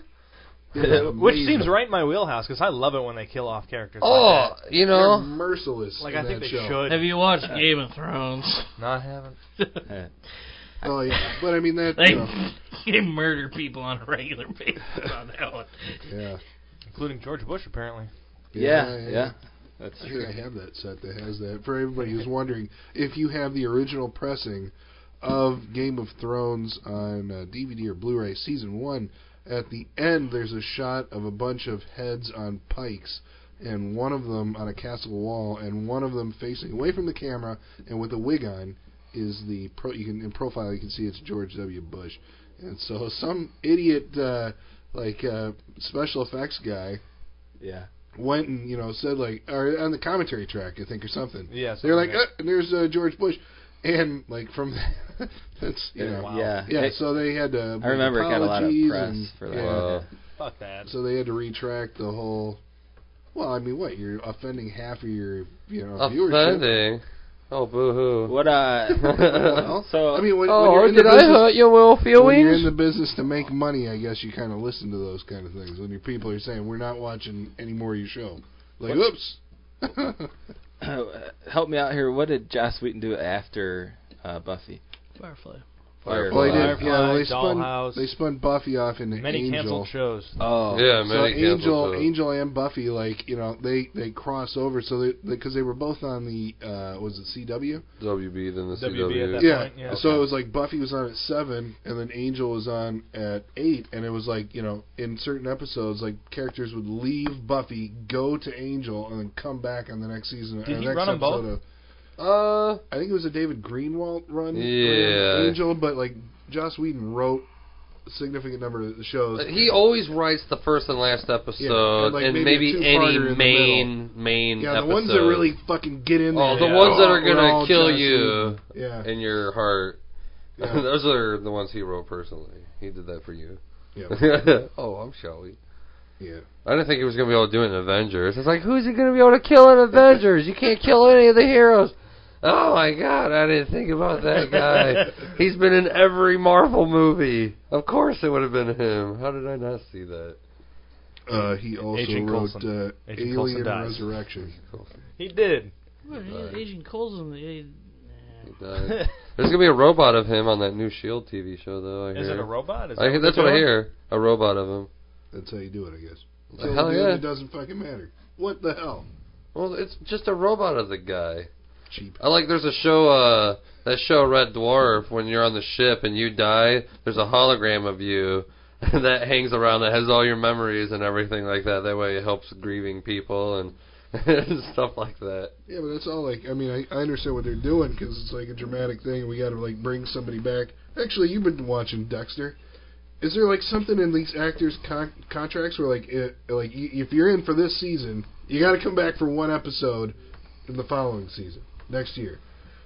S2: It's
S4: Which
S2: amazing.
S4: seems right in my wheelhouse because I love it when they kill off characters.
S6: Oh, you
S2: They're
S6: know.
S2: merciless.
S4: like that.
S2: in
S4: like I think
S2: that show.
S4: they should.
S5: Have you watched Game of Thrones?
S4: Not haven't.
S2: Oh yeah, but I mean that.
S5: They,
S2: you know,
S5: they murder people on a regular basis on that one.
S2: yeah.
S4: Including George Bush, apparently.
S3: yeah, yeah, That's
S2: I
S3: true.
S2: think I have that set that has that. For everybody who's wondering, if you have the original pressing of Game of Thrones on uh, DVD or Blu-ray, season one, at the end there's a shot of a bunch of heads on pikes, and one of them on a castle wall, and one of them facing away from the camera and with a wig on is the pro. You can in profile you can see it's George W. Bush, and so some idiot uh, like uh, special effects guy
S3: Yeah.
S2: went and you know said like or on the commentary track I think or something.
S4: Yeah,
S2: They're like,
S4: something
S2: uh, and there's uh, George Bush, and like from that's you know
S4: Wow.
S3: Yeah.
S2: yeah.
S3: It-
S2: so they had to.
S3: I remember it got a lot of
S2: apologies
S3: press
S2: and-
S3: for that.
S2: yeah.
S6: Wow.
S4: Fuck that.
S2: So they had to retract the whole. Well, I mean, what you're offending half of your you know viewership.
S6: Offending. Oh, boo-hoo.
S3: What uh?
S2: Well,
S3: So-
S2: I mean, when, when
S6: oh,
S2: you're
S6: or
S2: in the
S6: did I
S2: business,
S6: hurt your little
S2: When you're in
S6: feelings?
S2: the business to make money, I guess you kind of listen to those kind of things. When your people are saying, "We're not watching any more of your show," like, "Oops."
S3: help me out here. What did Joss Wheaton do after uh, Buffy?
S5: Firefly.
S2: Well, they
S4: Firefly,
S2: did. Yeah, well, they spun.
S4: Dollhouse.
S2: They spun Buffy off into
S4: Many
S2: Angel.
S4: canceled shows.
S3: Oh,
S6: Yeah,
S2: So
S6: many uh,
S2: Angel,
S6: canceled shows.
S2: Angel and Buffy, like you know, they they cross over. So they because they were both on the uh was it CW?
S6: WB then the
S4: WB at
S6: CW.
S4: that
S2: yeah.
S4: point, yeah.
S2: So it was like Buffy was on at seven, and then Angel was on at eight, and it was like you know, in certain episodes, like characters would leave Buffy, go to Angel, and then come back on the next season.
S4: Did
S2: or
S4: he
S2: next
S4: run 'em
S2: episode
S4: both?
S2: Of,
S6: Uh,
S2: I think it was a David Greenwald run. for
S6: Yeah.
S2: Angel, but like Joss Whedon wrote a significant number of the shows.
S6: he always writes the first and last episode,
S2: Yeah, and,
S6: and,
S2: like, maybe
S6: maybe,
S2: a
S6: any
S2: two-parter in the
S6: main main.
S2: Yeah,
S6: episode.
S2: the ones that really fucking get in there.
S6: Oh, the
S4: Yeah.
S6: ones that are
S2: Oh,
S6: gonna
S2: we're all
S6: kill
S2: Joss
S6: you
S2: Whedon. Yeah.
S6: in your heart.
S2: Yeah.
S6: Those are the ones he wrote personally. He did that for you.
S2: yeah.
S6: oh, I'm Shelly.
S2: yeah.
S6: I didn't think he was gonna be able to do it in Avengers. It's like, who's he gonna be able to kill in Avengers? You can't kill any of the heroes. Oh my god, I didn't think about that guy. He's been in every Marvel movie. Of course it would have been him. How did I not see that?
S2: Uh, he also
S4: Agent
S2: wrote
S4: Coulson.
S2: uh,
S4: Agent
S2: Alien
S4: Coulson dies.
S2: Resurrection.
S4: He did.
S5: Well, yeah, Agent Coulson. eh,
S6: He died. There's gonna be a robot of him on that new Shield TV show, though. I
S4: Is
S6: hear.
S4: it a robot? Is
S6: I
S4: that
S6: hear, that's
S4: they're
S6: what I
S4: doing?
S6: hear. A robot of him.
S2: That's how you do it, I guess.
S6: Like,
S2: So
S6: hell
S2: the end,
S6: yeah.
S2: It doesn't fucking matter. What the hell?
S6: Well, it's just a robot of the guy.
S2: Cheap.
S6: I like there's a show uh that show Red Dwarf when you're on the ship and you die, there's a hologram of you that hangs around that has all your memories and everything like that. That way it helps grieving people and stuff like that.
S2: Yeah, but that's all like, I mean, I, I understand what they're doing because it's like a dramatic thing and we got to like bring somebody back. Actually, you've been watching Dexter. Is there like something in these actors' con- contracts where like it, like y- if you're in for this season, you got to come back for one episode in the following season next year.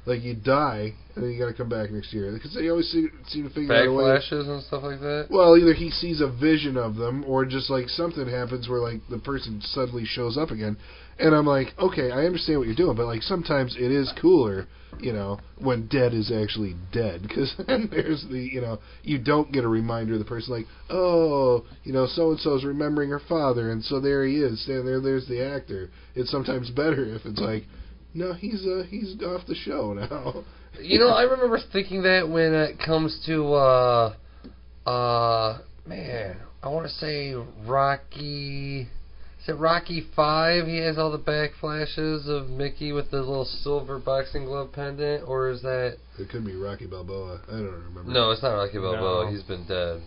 S2: Like you die and then you got to come back next year because they always seem, seem to figure out a way.
S6: Backflashes and stuff like that.
S2: Well, either he sees a vision of them, or just like something happens where like the person suddenly shows up again. And I'm like, okay, I understand what you're doing, but like sometimes it is cooler, you know, when dead is actually dead, because then there's the, you know, you don't get a reminder of the person like, oh, you know, so and so's remembering her father, and so there he is, and there, there's the actor. It's sometimes better if it's like, no, he's uh, he's off the show now.
S6: You know, I remember thinking that when it comes to uh uh man, I want to say Rocky. Is it Rocky Five? He has all the backflashes of Mickey with the little silver boxing glove pendant, or is that?
S2: It could be Rocky Balboa. I don't remember.
S6: No, it's not Rocky Balboa.
S4: No.
S6: He's been dead.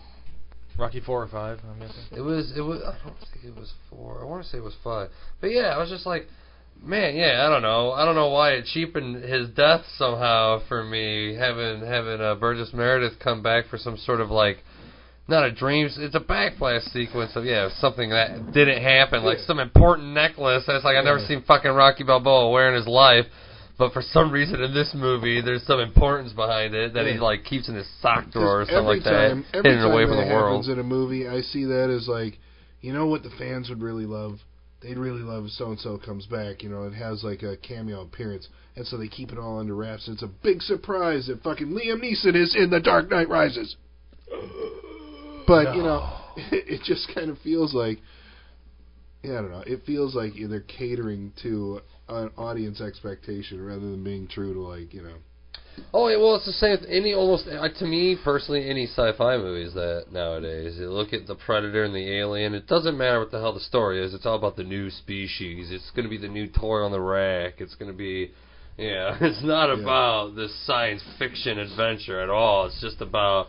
S4: Rocky four or five, I'm guessing.
S6: It was. It was. I don't think it was four. I want to say it was five. But yeah, I was just like, man, yeah, I don't know. I don't know why it cheapened his death somehow for me having having uh, Burgess Meredith come back for some sort of like. Not a dream. It's a backflash sequence of yeah, something that didn't happen, like some important necklace. That's like I've never seen fucking Rocky Balboa wear in his life, but for some reason in this movie, there's some importance behind it that he
S2: Yeah.
S6: like keeps in his sock drawer or
S2: Because
S6: something
S2: every
S6: like
S2: time,
S6: that,
S2: every
S6: hidden
S2: time
S6: away
S2: that
S6: from the world.
S2: happens in a movie, I see that as like, you know what the fans would really love? They'd really love if so and so comes back. You know, it has like a cameo appearance, and so they keep it all under wraps. It's a big surprise that fucking Liam Neeson is in The Dark Knight Rises. But you know, it just kind of feels like, yeah, I don't know. It feels like they're catering to an audience expectation rather than being true to like you know.
S6: Oh yeah, well it's the same with any almost uh, to me personally any sci-fi movies that nowadays you look at the predator and the alien. It doesn't matter what the hell the story is. It's all about the new species. It's going to be the new toy on the rack. It's going to be yeah. It's not
S2: Yeah.
S6: about this science fiction adventure at all. It's just about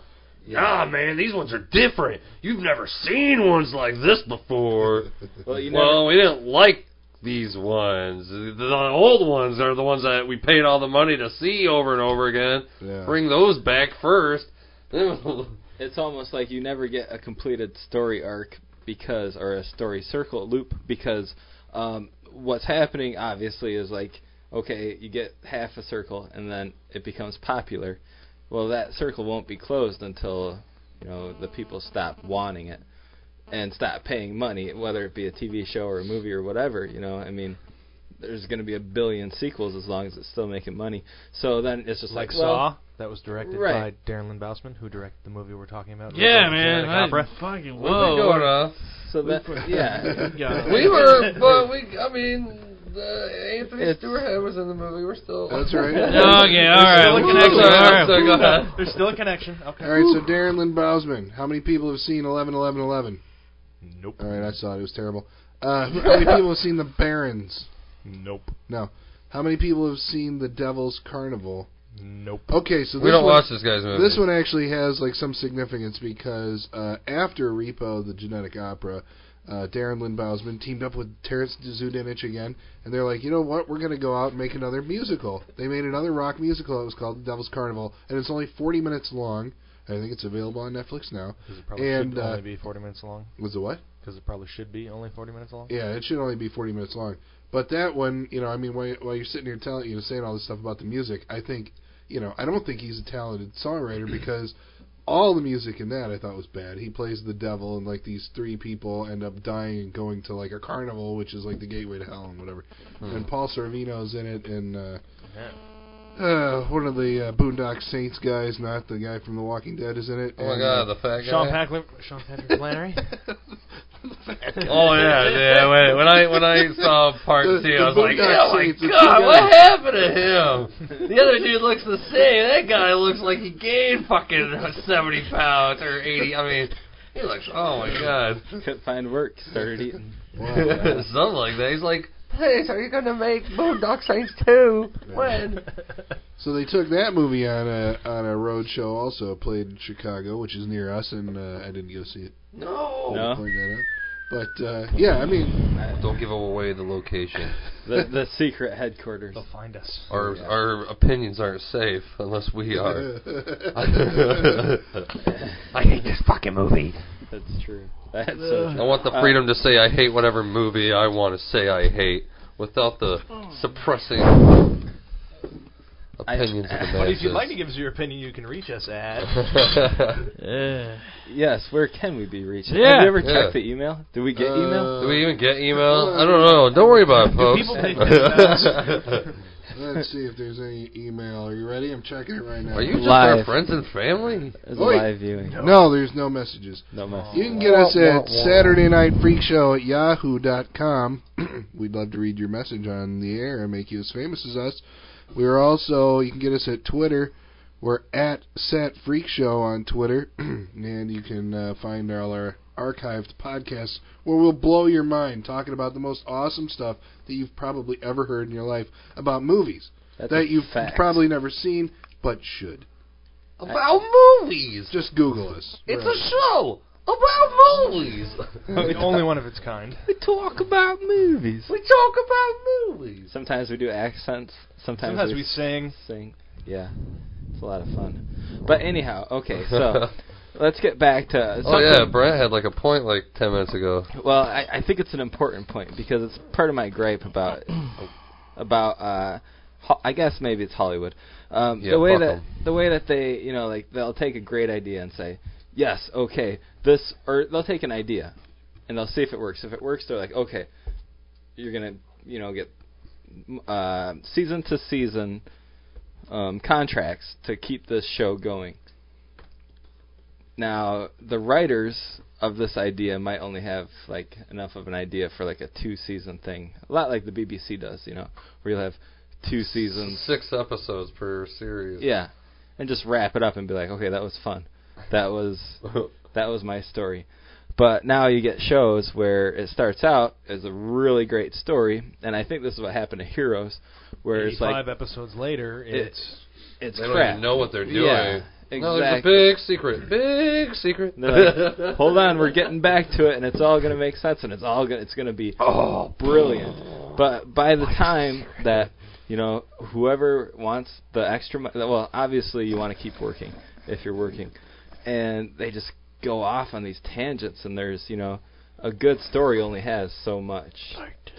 S6: ah man, these ones are different. You've never seen ones like this before.
S3: Well, you know,
S6: Well, we didn't like these ones. The the old ones are the ones that we paid all the money to see over and over again.
S2: Yeah.
S6: Bring those back first. Then we'll-
S3: it's almost like you never get a completed story arc because, or a story circle loop because, um, what's happening obviously is like, okay, you get half a circle and then it becomes popular. Well, that circle won't be closed until, you know, the people stop wanting it and stop paying money, whether it be a TV show or a movie or whatever. You know, I mean. There's going to be a billion sequels as long as it's still making money. So then it's just
S4: Like
S3: like well,
S4: Saw, that was directed
S3: right.
S4: by Darren Lynn Bousman, who directed the movie we're talking about.
S5: Yeah,
S4: Rogue
S5: man.
S4: Genetic
S5: I
S4: Opera.
S5: fucking
S6: we going uh?
S5: whoa.
S6: off.
S3: So that yeah,
S5: Yeah.
S6: We were, but we. I mean, the Anthony
S3: It's-
S6: Stewart head was in the movie. We're still.
S2: That's right.
S5: Okay, all right.
S4: We're
S5: We're
S4: still
S6: I'm
S4: connected.
S6: sorry,
S5: connecting. All
S6: I'm
S5: right.
S6: sorry, go ahead.
S4: There's still a connection. Okay.
S2: All right, so Darren Lynn Bousman, how many people have seen 11, 11, 11?
S4: Nope.
S2: All right, I saw it. It was terrible. Uh, how many people have seen The Barons?
S4: Nope.
S2: How many people have seen The Devil's Carnival?
S4: Nope.
S2: Okay, so this
S6: We don't
S2: one,
S6: watch this guy's movie.
S2: this one actually has like some significance because uh, after Repo, the genetic opera, uh, Darren Lynn Bousman teamed up with Terrence Zudinich again, and they're like, you know what? We're gonna go out and make another musical. They made another rock musical. It was called The Devil's Carnival, and it's only 40 minutes long. I think it's available on Netflix now.
S4: Because it probably
S2: And,
S4: should
S2: uh,
S4: only be 40 minutes long.
S2: Was it what?
S4: Because it probably should be only 40 minutes long.
S2: Yeah, it should only be 40 minutes long. But that one, you know, I mean, while, while you're sitting here telling, you know, saying all this stuff about the music, I think, you know, I don't think he's a talented songwriter because all the music in that I thought was bad. He plays the devil, and like these three people end up dying and going to like a carnival, which is like the gateway to hell and whatever.
S6: Hmm.
S2: And Paul Sorvino's in it, and uh,
S4: Yeah.
S2: uh, one of the uh, Boondock Saints guys, not the guy from The Walking Dead, is in it.
S6: Oh my
S2: and, uh,
S6: god, the fat guy.
S4: Sean, Packler, Sean Patrick Flannery.
S6: Oh yeah, yeah. When, when I when I saw part
S2: The-
S6: two,
S2: the
S6: I was like,
S2: Boondock
S6: oh my
S2: Saints, the two
S6: god, what
S2: guys."
S6: happened to him? The other dude looks the same. That guy looks like he gained fucking seventy pounds or eighty. I mean, he looks. Oh my god,
S3: couldn't find work, started eating.
S6: something like that. He's like, please, are you gonna make Boondock Saints two? When?
S2: So they took that movie on a on a road show. Also played in Chicago, which is near us, and uh, I didn't go see it.
S6: No.
S3: No.
S2: Point that out. But uh, yeah, I mean,
S6: Don't give away the location.
S3: The the secret headquarters.
S4: They'll find us.
S6: Our our opinions aren't safe unless we are. I hate this fucking movie.
S3: That's true. That's
S2: Uh,
S3: uh, so
S6: I
S3: true.
S6: want the freedom to say I hate whatever movie I want to say I hate without the suppressing
S3: I-
S6: opinions of the masses.
S4: But if you'd like to give us your opinion, you can reach us at.
S5: Yeah.
S3: Yes, where can we be reached?
S5: Yeah.
S3: Have you ever
S6: Yeah.
S3: checked the email? Do we get email?
S6: Do we even get email? I don't know. Don't worry about it, folks.
S4: people take this
S2: Let's see if there's any email. Are you ready? I'm checking it right now.
S6: Are you just our
S3: Live.
S6: friends and family?
S3: It's
S2: Oi.
S3: live viewing.
S2: No, there's no messages.
S3: No mess.
S2: You can get us at Saturday Night Freak Show at yahoo.com. We'd love to read your message on the air and make you as famous as us. We're also, you can get us at Twitter. We're at Sat Freak Show on Twitter. and you can uh, find all our archived podcasts where we'll blow your mind talking about the most awesome stuff that you've probably ever heard in your life about movies
S3: That's a
S2: that you've
S3: fact.
S2: probably never seen but should.
S6: About movies.
S2: Just Google us.
S6: It's
S2: Really.
S6: a show about movies.
S4: Only one of its kind.
S3: We talk about movies.
S6: we talk about movies.
S3: Sometimes we do accents. Sometimes,
S4: Sometimes we sing.
S3: sing. Yeah, it's a lot of fun. But anyhow, okay, so let's get back to.
S6: oh yeah,
S3: something-
S6: Brett had like a point like ten minutes ago.
S3: Well, I, I think it's an important point because it's part of my gripe about about uh, ho- I guess maybe it's Hollywood. Um,
S6: Yeah,
S3: the way
S6: fuck
S3: that
S6: 'em.
S3: the way that they you know like they'll take a great idea and say yes, okay, this or they'll take an idea and they'll see if it works. If it works, they're like okay, you're gonna you know get uh, season to season um, contracts to keep this show going. Now, the writers of this idea might only have like enough of an idea for like a two-season thing, a lot like the BBC does, you know, where you'll have two seasons,
S6: Six episodes per series.
S3: yeah, and just wrap it up and be like, okay, that was fun, that was that was my story. But now you get shows where it starts out as a really great story, and I think this is what happened to Heroes, where it's like
S4: Eighty-five episodes later, it's
S3: it's
S6: they
S3: crap.
S6: don't even know what they're doing.
S3: Yeah,
S6: No, there's a
S3: exactly.
S6: big secret. Big secret.
S3: And they're like, hold on, we're getting back to it, and it's all gonna make sense, and it's all gonna it's gonna be
S6: Oh,
S3: brilliant. But by the time that you know whoever wants the extra, mo- well, obviously you want to keep working if you're working, and they just go off on these tangents, and there's you know a good story only has so much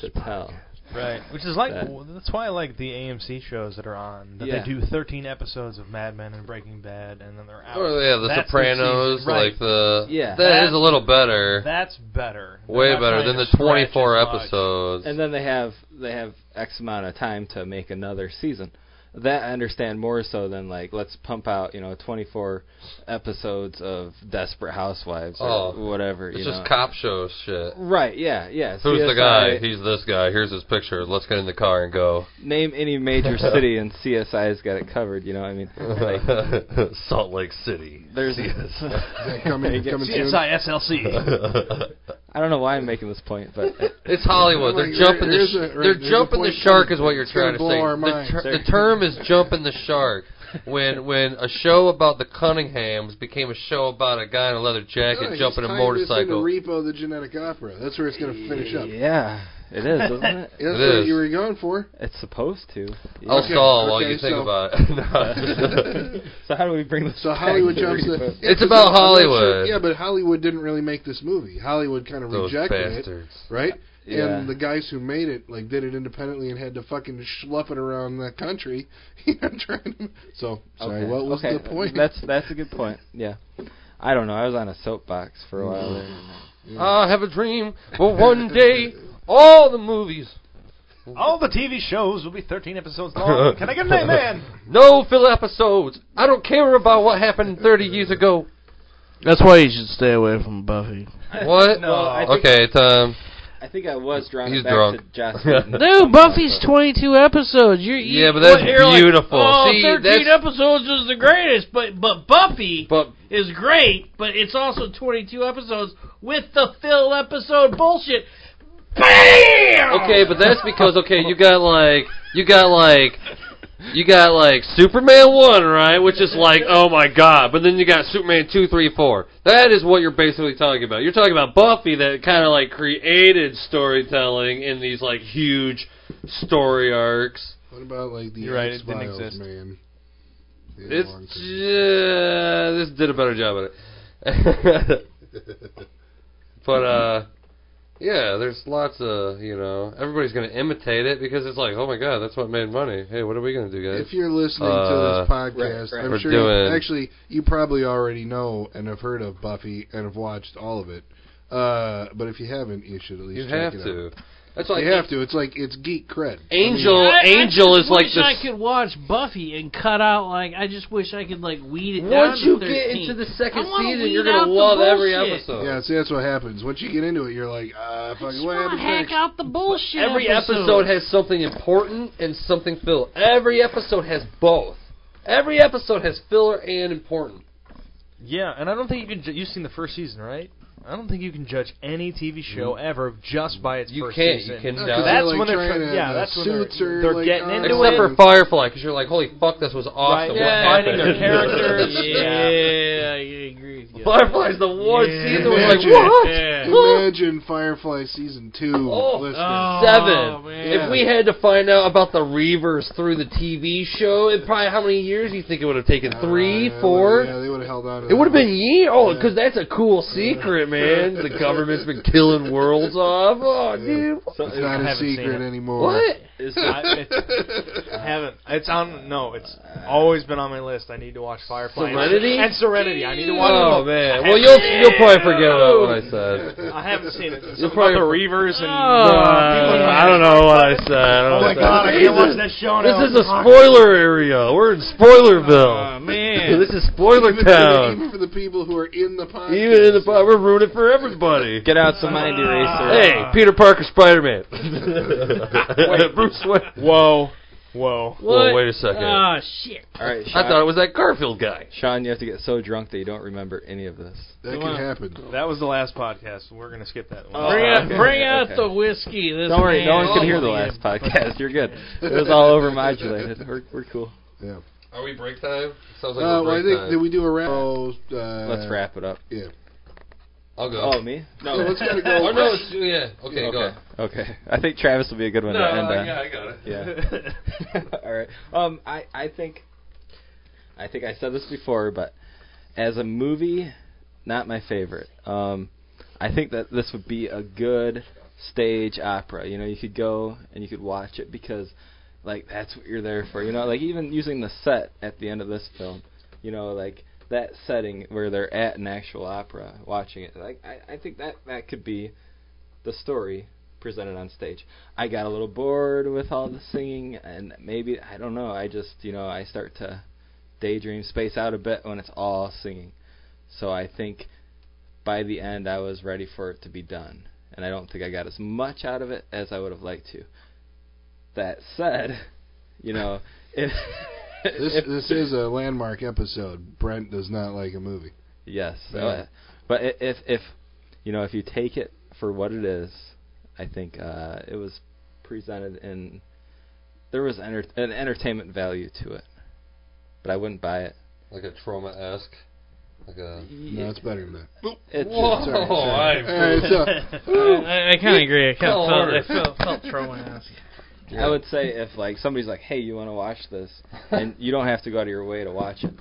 S3: to tell.
S4: right, which is like
S3: That-
S4: well, that's why I like the AMC shows that are on. That
S3: Yeah.
S4: They do thirteen episodes of Mad Men and Breaking Bad, and then they're out.
S6: Or Oh, yeah, The
S4: That's the
S6: Sopranos,
S4: season, right.
S6: like the
S3: Yeah.
S6: that is
S4: That-
S6: a little better,
S4: That's better. They're
S6: way
S4: not
S6: better
S4: trying
S6: than
S4: to
S6: the 24
S4: stretch as much.
S6: episodes.
S3: And then they have they have X amount of time to make another season. That I understand more so than like let's pump out you know 24 episodes of Desperate Housewives or
S6: Oh,
S3: whatever.
S6: it's
S3: you
S6: just
S3: know.
S6: cop show shit.
S3: Right? Yeah, yeah.
S6: Who's the
S3: CSI
S6: guy? He's this guy. Here's his picture. Let's get in the car and go.
S3: Name any major city and CSI's got it covered. You know, I mean, like,
S6: Salt Lake City.
S3: there's.
S2: Coming,
S3: They get
S2: coming soon.
S4: CSI SLC.
S6: it's
S3: I don't know why I'm making this point, but
S6: Hollywood.
S2: Like,
S6: They're
S2: here-
S6: jumping the
S2: here's
S6: sh-
S2: a- right,
S6: they're
S2: here's a
S6: jumping the
S2: point
S6: shark
S2: coming.
S6: is what you're
S2: It's gonna
S6: trying to
S2: blow
S6: say.
S2: our
S6: The,
S2: minds.
S6: ter- the term is jumping the shark. When when a show about the Cunninghams became a show about a guy in a leather jacket
S2: Yeah,
S6: jumping a
S2: he's tying this
S6: motorcycle.
S2: Into Repo the Genetic Opera. That's where it's going to finish up. Yeah,
S3: yeah, it is, isn't it?
S2: That's
S6: It
S2: what
S6: is.
S2: you were going for.
S3: It's supposed to. Yeah.
S6: I'll
S2: Okay,
S6: stall while
S2: okay,
S6: Oh, you think
S2: so-
S6: about it.
S3: So how do we bring this?
S2: So
S3: back
S2: Hollywood
S3: to
S2: jumps.
S3: Repo?
S2: The, yeah,
S6: It's
S2: 'cause
S6: about
S2: I'm not sure-
S6: Hollywood.
S2: yeah, but Hollywood didn't really make this movie. Hollywood kind of
S6: Those
S2: rejected it,
S6: bastards.
S2: right?
S3: Yeah.
S2: And the guys who made it like did it independently and had to fucking schlup it around the country, you know, trying to. So sorry, what was
S3: okay.
S2: the point?
S3: That's that's a good point. Yeah, I don't know. I was on a soapbox for a while there.
S6: I have a dream for one day all the movies.
S4: All the TV shows will be 13 episodes long. Can I get an amen?
S6: No fill episodes. I don't care about what happened 30 years ago.
S5: That's why you should stay away from Buffy.
S6: What?
S3: No, I think-
S6: okay, um, Tom.
S3: I think I was drawn
S6: He's
S3: back
S6: drunk.
S3: to Joss. Whedon.
S5: No, Buffy's 22 episodes. You're you-
S6: Yeah, but that's
S5: what, you're like,
S6: beautiful.
S5: oh,
S6: See,
S5: 13
S6: that's-
S5: episodes is the greatest, but but Buffy
S6: But
S5: is great, but it's also 22 episodes with the fill episode bullshit. Bam!
S6: okay, but that's because okay, you got like you got like you got like Superman one, right? Which is like, oh my god. But then you got Superman two, three, four. That is what you're basically talking about. You're talking about Buffy that kind of like created storytelling in these like huge story arcs.
S2: what about like the
S4: You're right, it didn't
S2: X-Files,
S4: exist.
S2: man? Yeah,
S6: It's
S2: long time.
S6: yeah, this did a better job at it. but uh yeah, there's lots of you know everybody's gonna imitate it because it's like, oh my god, that's what made money. Hey, what are we gonna do, guys?
S2: If you're listening
S6: Uh,
S2: to this podcast,
S3: right, right.
S2: I'm
S6: We're
S2: sure
S6: doing-
S2: you, actually you probably already know and have heard of Buffy and have watched all of it. Uh, but if you haven't, you should at least
S6: you
S2: check
S6: have
S2: it
S6: to.
S2: out.
S6: That's like
S2: you have to. It's like it's geek cred.
S6: Angel.
S5: I- I
S6: Angel
S5: just
S6: is like
S5: wish
S6: this.
S5: I could watch Buffy and cut out like I just wish I could like weed it down.
S6: Once
S5: to
S6: you
S5: 13.
S6: get into the second
S5: I wanna
S6: season,
S5: weed
S6: you're gonna
S5: out the
S6: love every
S5: bullshit.
S6: episode.
S2: Yeah, see, that's what happens. Once you get into it, you're like, uh,
S5: I
S2: fucking
S5: just
S2: what
S5: wanna
S2: happens
S5: hack
S2: next?
S5: out the bullshit.
S6: Every episode has something important and something filler. Every episode has both. Every episode has filler and important.
S4: Yeah, and I don't think you can. Ju- you've seen the first season, right? I don't think you can judge any TV show ever just by its
S6: Mm. You
S4: 1st
S6: can't. You
S4: season.
S6: can-
S2: No, 'cause
S6: That's
S2: they're, like,
S4: when they're
S2: trying
S4: try-
S2: to-
S4: yeah,
S2: the
S4: that's when they're-
S2: suits are,
S4: they're
S2: like, "Ah,
S4: getting
S2: on-
S4: into
S6: Except
S4: it.
S6: for Firefly, because you're like, holy fuck, this was awesome.
S4: Right, yeah,
S6: what
S4: finding their
S6: happened?
S4: characters.
S5: Yeah, I agree. With you.
S6: Firefly's the one
S5: Yeah.
S6: season was like,
S2: Imagine.
S6: what?
S5: Yeah.
S2: Imagine Firefly season two.
S6: Oh,
S2: listeners.
S5: oh.
S6: Seven.
S5: man.
S6: If we had to find out about the Reavers through the TV show, it probably how many years you think it would have taken? Three,
S2: Uh, yeah,
S6: four?
S2: Yeah, they would have held on. To
S6: It would have been years. Oh, because that's a cool secret, man. The government's been killing worlds off. Oh, dude.
S4: So- uh,
S2: It's
S4: I
S2: not a
S4: haven't seen
S2: secret
S4: it.
S2: anymore.
S6: What?
S4: It's not, it's, I haven't. It's on. No, it's always been on my list. I need to watch Firefly.
S6: Serenity?
S4: and Serenity. I need to watch.
S6: Oh
S4: them both.
S6: man.
S4: I
S6: Well,
S4: haven't-
S6: you'll you'll probably forget about what I said.
S4: I haven't seen it.
S6: You'll
S4: Something
S6: probably-
S4: about the Reavers
S6: Oh,
S4: and
S6: Uh, I don't know what I said. I don't know
S4: Oh my
S6: what I
S4: god! I
S6: said.
S4: can't watch that show now.
S6: This is a spoiler area. We're in Spoilerville.
S5: Aw, man.
S6: this is Spoiler
S2: Even for, the,
S6: Town.
S2: even for the people who are in the podcast.
S6: Even in the pod, we're ruining for everybody.
S3: Get Ah. out some mind eraser.
S6: Hey, Peter Parker, Spider Man.
S4: Wait.
S6: Bruce Wayne.
S4: Whoa, whoa.
S6: Whoa,
S5: What?
S6: wait a second.
S5: Oh shit.
S3: All right, Sean,
S6: I thought it was that Garfield guy.
S3: Sean, you have to get so drunk that you don't remember any of this.
S2: That can
S4: Wow.
S2: happen.
S4: That was the last podcast. We're gonna skip that one.
S3: Oh,
S5: Bring out,
S3: okay,
S5: bring out
S3: okay.
S5: the whiskey. This
S3: Don't worry, no
S5: man
S3: one could
S5: is
S3: hear the
S5: man.
S3: last podcast. You're good. It was all over modulated. We're, we're cool.
S6: Are we break time? Sounds like
S2: Uh, well, I
S6: we're break
S2: think
S6: time.
S2: did we do a wrap? Oh, uh,
S3: Let's wrap it up.
S2: Yeah.
S6: I'll go.
S3: Oh, me?
S2: No, let's gotta go.
S6: Oh, no, it's, yeah. Okay, go.
S3: Okay.
S6: on.
S3: Okay. I think Travis will be a good one
S6: No,
S3: to end
S6: I-
S3: on.
S6: yeah, I got it.
S3: uh, Yeah. All right. Um, I I think, I think I said this before, but as a movie, not my favorite. Um, I think that this would be a good stage opera. You know, you could go and you could watch it because, like, that's what you're there for. You know, like even using the set at the end of this film, you know, like that setting where they're at an actual opera, watching it. Like, I I think that that could be the story presented on stage. I got a little bored with all the singing, and maybe I don't know. I just you know I start to daydream, space out a bit when it's all singing. So I think by the end I was ready for it to be done, and I don't think I got as much out of it as I would have liked to. That said, you know, if,
S2: This
S3: if-
S2: this is a landmark episode. Brent does not like a movie.
S3: Yes. so,
S2: Yeah.
S3: uh, but i- if if you know if you take it for what it is, I think uh, it was presented in there was enter- an entertainment value to it, but I wouldn't buy it.
S6: Like a trauma esque. Like a.
S2: No, it's better than that.
S3: It's just-
S4: Oh,
S6: Whoa,
S2: sorry, sorry.
S6: I'm-
S2: All right, so
S5: I, I kind of agree. I kind
S6: Call
S5: of felt,
S6: order.
S5: I felt, felt trauma.
S3: I would say if like somebody's like, hey, you want to watch this, and you don't have to go out of your way to watch it.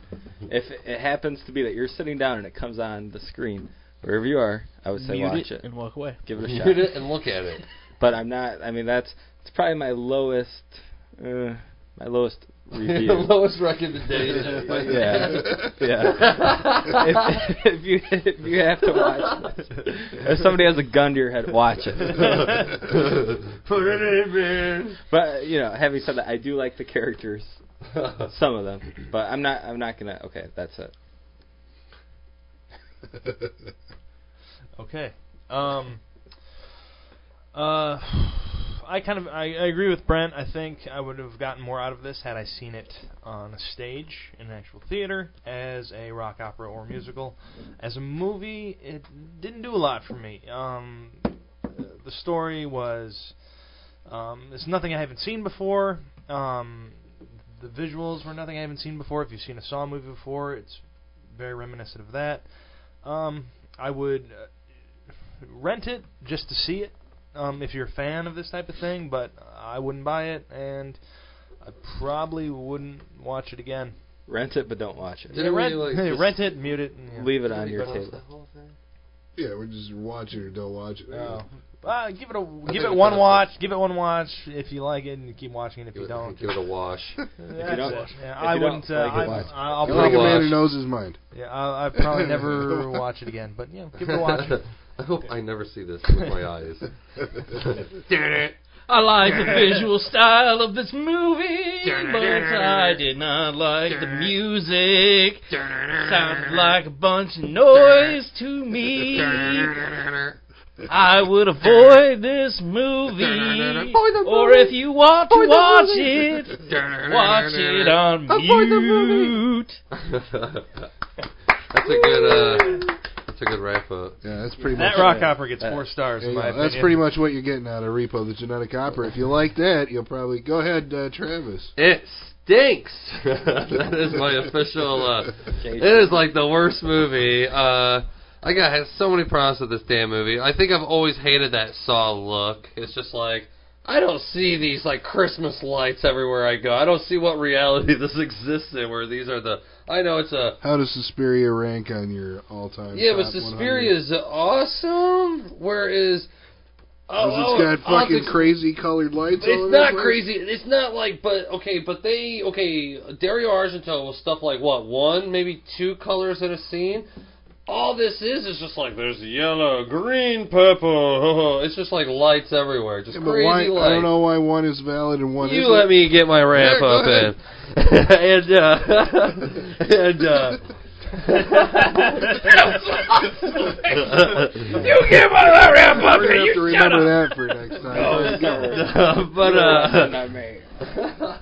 S3: If it- it happens to be that you're sitting down and it comes on the screen wherever you are, I would say
S5: Mute
S3: watch it.
S5: and walk away.
S3: Give it a shot.
S6: Mute it and look at it.
S3: but I'm not. I mean, that's it's probably my lowest, uh, my lowest
S6: the
S3: review.
S6: lowest recommendation.
S3: yeah, yeah. if, if you if you have to watch this, if somebody has a gun to your head, watch it.
S6: Put it in, man.
S3: But you know, having said that, I do like the characters, some of them. But I'm not. I'm not gonna. Okay, that's it.
S4: Okay. Um. Uh, I kind of I, I agree with Brent. I think I would have gotten more out of this had I seen it on a stage in an actual theater as a rock opera or musical. As a movie, it didn't do a lot for me. Um, the story was um, it's nothing I haven't seen before. Um, the visuals were nothing I haven't seen before. If you've seen a Saw movie before, it's very reminiscent of that. Um, I would uh, rent it just to see it um, if you're a fan of this type of thing, but I wouldn't buy it, and I probably wouldn't watch it again.
S3: Rent it, but don't watch it.
S6: Did- Didn't
S4: Yeah,
S6: we,
S4: rent,
S6: like,
S4: hey,
S6: just-
S4: rent it, mute it, and yeah.
S3: Leave it on your
S6: Pause
S3: table.
S6: the whole thing?
S2: yeah, we're just watch it or don't watch it.
S4: Oh. Uh, give it a give
S6: think
S4: it
S6: we
S4: one
S6: kinda-
S4: watch. Give it one watch if you like it, and you keep watching it if
S6: Give
S4: you
S6: it,
S4: don't.
S6: give it a wash.
S4: That's
S3: don't-
S4: it. Yeah,
S3: if
S4: I
S3: you
S4: wouldn't. Uh,
S3: don't like it,
S4: I'm-
S3: watch it.
S4: I'll
S2: You
S6: Give it a
S2: like
S4: probably,
S2: a man who
S6: watch.
S2: knows his mind.
S4: yeah, I'll, I'll probably never watch it again. But you know, give it a watch.
S6: I hope I never see this with my eyes.
S5: I like the visual style of this movie, but I did not like the music. Sounded like a bunch of noise to me. I would avoid this movie. Or if you want to watch it, watch it on mute.
S6: That's a good. Uh, That's a good wrap up.
S2: Yeah, that's pretty much
S4: That
S2: it.
S4: rock opera gets
S3: Yeah.
S4: four stars.
S2: There
S4: In
S2: you
S4: my
S2: go. That's
S4: opinion.
S2: pretty much what you're getting out of Repo the Genetic Opera. If you like that, you'll probably go ahead, uh, Travis.
S6: It stinks. that is my official. Uh, it is like the worst movie. Uh, I got had so many problems with this damn movie. I think I've always hated that Saw look. It's just like I don't see these like Christmas lights everywhere I go. I don't see what reality this exists in where these are the. I know it's a
S2: How does Suspiria rank on your all-time?
S6: yeah, but
S2: top 100?
S6: Suspiria is awesome. Whereas.
S2: Because it's got
S6: oh,
S2: fucking
S6: Optic-
S2: crazy colored lights. all
S6: It's
S2: over the
S6: not
S2: place.
S6: crazy. It's not like, but okay, but they okay. Dario Argento was stuff like what one, maybe two colors in a scene. All this is is just like there's yellow, green, purple. It's just like lights everywhere, just
S2: Yeah, but
S6: crazy
S2: why,
S6: lights.
S2: I don't know why one is valid and one
S6: You
S2: isn't.
S6: let me get my ramp
S2: Yeah, go
S6: up
S2: ahead.
S6: in, and uh, and uh,
S5: You give my that ramp up
S2: We're
S5: and
S2: gonna
S5: you
S2: have to
S5: shut up.
S2: remember that for next time.
S6: but uh,
S3: Not me.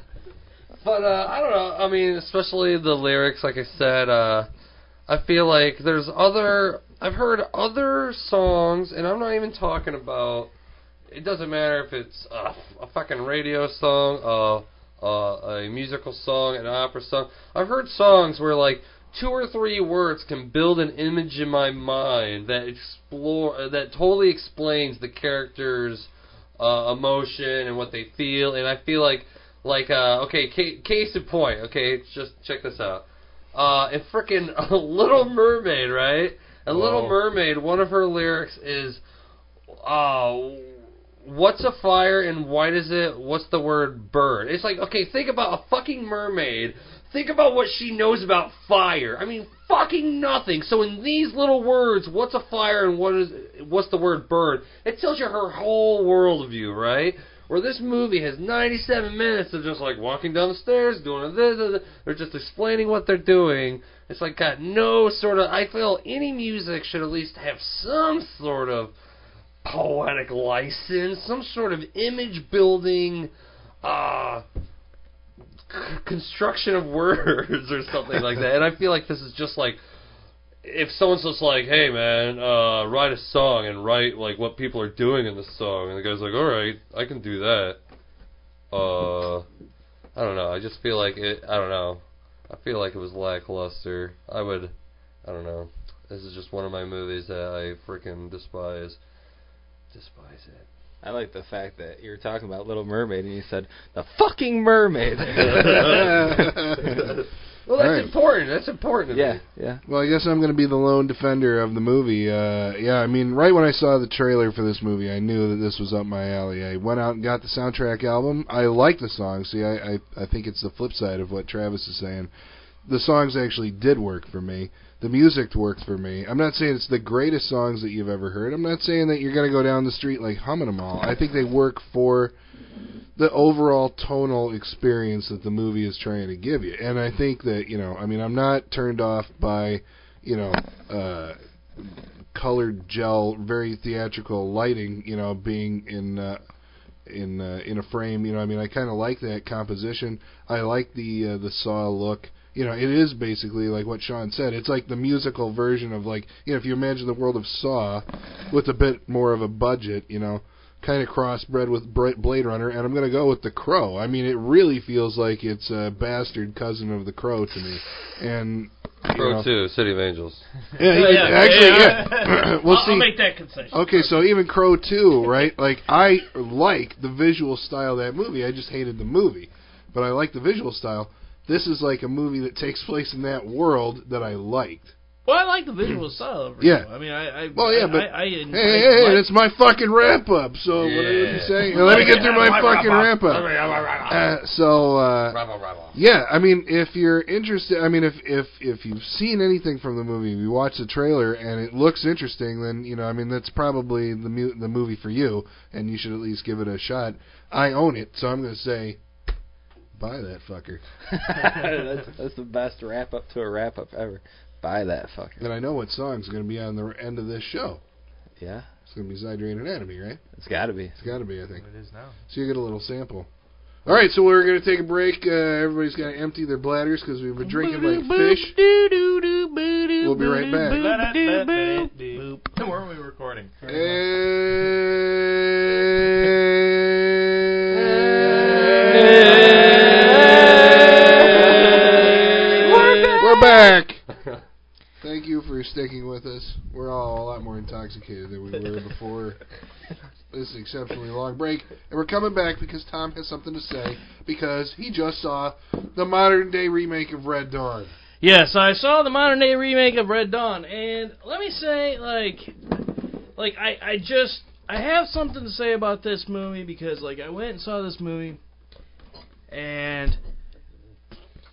S6: but uh, I don't know. I mean, especially the lyrics. Like I said, uh, I feel like there's other. I've heard other songs, and I'm not even talking about. It doesn't matter if it's a, a fucking radio song, uh, uh, a musical song, an opera song. I've heard songs where like two or three words can build an image in my mind that explore that totally explains the character's uh, emotion and what they feel. And I feel like like uh, okay, ca- case in point. Okay, just check this out. Uh, and frickin' Little Mermaid, right? And Little
S4: Whoa.
S6: Mermaid, one of her lyrics is, uh, "What's a fire and why does it? What's the word burn?" It's like, okay, think about a fucking mermaid. Think about what she knows about fire. I mean, fucking nothing. So in these little words, what's a fire and what is what's the word burn? It tells you her whole worldview, right? Where this movie has 97 minutes of just like walking down the stairs, doing this, this, this. they're just explaining what they're doing. It's like got no sort of. I feel any music should at least have some sort of poetic license, some sort of image building. Uh, c- construction of words or something like that. And I feel like this is just like if someone's just like, "Hey man, uh, write a song and write like what people are doing in the song," and the guy's like, "All right, I can do that." Uh, I don't know. I just feel like it. I don't know. I feel like it was lackluster. I would. I don't know. This is just one of my movies that I freaking despise. Despise it.
S3: I like the fact that you were talking about Little Mermaid and you said the fucking mermaid.
S6: Oh, Well, that's
S2: All right.
S6: important. That's important. to me.
S3: yeah, yeah.
S2: Well, I guess I'm going to be the lone defender of the movie. Uh, yeah, I mean, right when I saw the trailer for this movie, I knew that this was up my alley. I went out and got the soundtrack album. I like the song. See, I, I, I think it's the flip side of what Travis is saying. The songs actually did work for me. The music worked for me. I'm not saying it's the greatest songs that you've ever heard. I'm not saying that you're going to go down the street like humming them all. I think they work for the overall tonal experience that the movie is trying to give you. And I think that, you know, I mean, I'm not turned off by, you know, uh, colored gel, very theatrical lighting, you know, being in. Uh, in uh, in a frame, you know. I mean, I kind of like that composition. I like the uh, the saw look. You know, it is basically like what Sean said. It's like the musical version of like you know, if you imagine the world of Saw, with a bit more of a budget, you know, kind of crossbred with Bra- Blade Runner, and I'm going to go with The Crow. I mean, it really feels like it's a bastard cousin of The Crow to me. And you
S6: Pro
S2: know-
S6: two, City of Angels.
S2: yeah, he-
S5: Yeah,
S2: actually,
S5: yeah.
S2: yeah. we'll
S5: I'll,
S2: see.
S5: I'll make that concession.
S2: Okay, so even Crow 2, right? Like, I like the visual style of that movie. I just hated the movie. But I like the visual style. This is like a movie that takes place in that world that I liked.
S5: Well, I like the visual style of it.
S2: Hmm. Yeah.
S5: I mean, I, I
S2: Well, yeah,
S5: I,
S2: but-
S5: I, I,
S2: Hey, hey, hey,
S5: I-
S2: that's my fucking wrap up. So, what are you
S6: Yeah.
S2: saying? Let me get through my fucking wrap up. Uh, so, uh,
S6: Rabba, rabba.
S2: Yeah, I mean, if you're interested, I mean, if if if you've seen anything from the movie, you watch the trailer and it looks interesting, then you know, I mean, that's probably the mu- the movie for you, and you should at least give it a shot. I own it, so I'm gonna say, buy that fucker.
S3: that's, that's the best wrap up to a wrap up ever. Buy that fucker.
S2: And I know what song's gonna be on the end of this show.
S3: Yeah,
S2: It's gonna be Zydrate Anatomy, right?
S3: it's got to be.
S2: It's gotta be, I think.
S4: It is now.
S2: So you get a little sample. All right, so we're gonna take a break. Uh, everybody's gonna empty their bladders because we've been drinking like fish. We'll be right back.
S4: Where are we recording?
S2: We're back. Thank you for sticking with us. We're all a lot more intoxicated than we were before this exceptionally long break. And we're coming back because Tom has something to say because he just saw the modern day remake of Red Dawn.
S5: Yes, I saw the modern day remake of Red Dawn, and let me say, like, like I, I just, I have something to say about this movie because, like, I went and saw this movie, and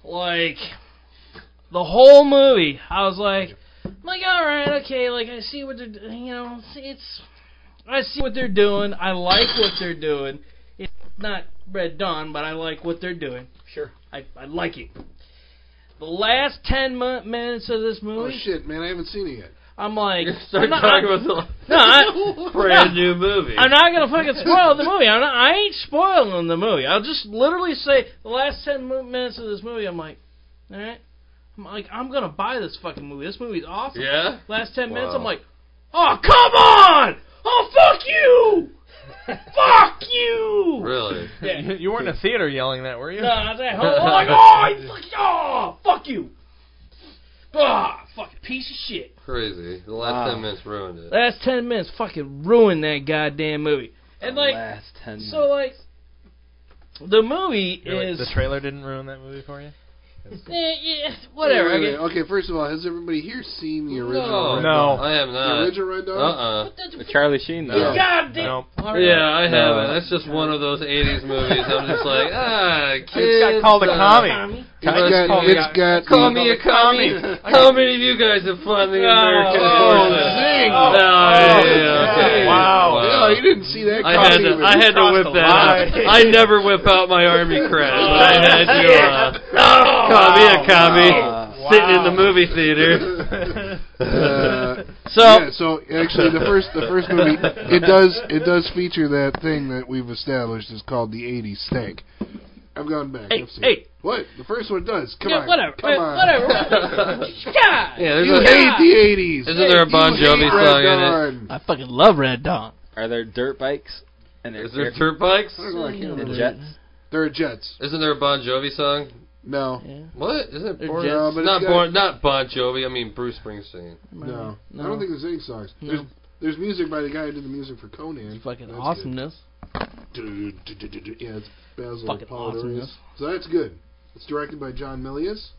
S5: like, the whole movie, I was like, like, all right, okay, like, I see what they're, d- you know, it's, I see what they're doing. I like what they're doing. It's not Red Dawn, but I like what they're doing. Sure, I, I like it. The last ten mi- minutes of this
S2: Oh
S5: movie,
S2: shit, man! I haven't seen it yet.
S5: I'm like,
S6: Start
S5: I'm not,
S6: talking
S5: I'm-
S6: about
S5: no, I,
S6: the brand new movie.
S5: I'm not gonna fucking spoil the movie. I'm not, I ain't spoiling the movie. I'll just literally say the last ten mo- minutes of this movie. I'm like, all right. I'm like, I'm gonna buy this fucking movie. This movie's awesome.
S6: yeah?
S5: Last ten minutes,
S6: Wow.
S5: I'm like, oh come on! Oh fuck you! fuck you!
S6: Really?
S5: Yeah.
S4: You weren't in a theater yelling that, were you?
S5: No, I was at home. I'm like, oh, I fuck, oh, fuck you! Ah, fucking piece of shit.
S6: Crazy. The last
S3: Wow.
S6: 10 minutes ruined it.
S5: Last ten minutes fucking ruined that goddamn movie. And like,
S3: last ten.
S5: So like, the movie
S4: You're like,
S5: is
S4: the trailer didn't ruin that movie for you?
S5: Eh, yeah, whatever.
S2: Wait, wait,
S5: okay.
S2: wait. Okay, first of all, has everybody here seen the
S6: No.
S2: original? Red
S4: No.
S6: I have
S2: Dawn? The
S6: not.
S2: original Red Dawn.
S6: Uh, Uh-uh.
S5: But that's-
S3: minutes. Charlie Sheen though.
S2: Yeah.
S5: Goddamn.
S4: Nope.
S5: All right.
S6: Yeah, I
S4: No.
S6: haven't. That's just one of those 80s movies. I'm just like, ah, kids.
S4: got called a
S6: uh,
S4: commie.
S5: Tommy.
S2: It's
S6: Guys,
S2: got,
S4: call me
S2: it's
S4: a-
S2: got
S6: Call
S2: the-
S6: me a commie. How many of you guys have fought in the American
S5: oh,
S6: forces?
S2: zing.
S6: No,
S4: Oh,
S6: yeah, okay.
S4: wow.
S2: No, you didn't see that.
S6: I had
S2: coming
S6: to,
S2: even.
S6: I had to
S4: Crossed
S6: whip
S4: the
S6: that out.
S4: line.
S6: I never whip out my army cred. but I had to uh,
S5: Oh,
S6: call me a commie
S4: Wow.
S6: sitting in the movie theater.
S2: Uh,
S6: So
S2: yeah, so actually, the first the first movie it does it does feature that thing that we've established is called the '80s stank. I've gone back.
S5: Hey,
S2: I've seen
S5: hey.
S2: it. what the first one does? Come
S5: Yeah,
S2: on,
S5: whatever.
S2: Come
S5: eh,
S2: on.
S5: Whatever. God.
S6: yeah, there's
S2: You
S6: a,
S2: hate the '80s.
S6: Isn't there a Bon Jovi song in
S2: in
S5: I fucking love Red Dawn.
S3: Are there dirt bikes? And
S6: is there
S3: air-
S6: dirt bikes?
S2: Oh,
S3: and jets?
S2: There are Jets.
S6: Isn't there a Bon Jovi song?
S2: No,
S6: What? Isn't it born?
S2: Jets. No, but it's
S6: not
S2: got-
S6: born. Not Bon Jovi. I mean Bruce Springsteen.
S2: no,
S5: No.
S2: I don't think there's any songs. There's there's music by the guy who did the music for Conan.
S5: Fucking
S2: That's good.
S5: awesomeness.
S2: Yeah, it's Basil
S5: Fucking
S2: Polidorius.
S5: awesomeness.
S2: So that's good. It's directed by John Milius.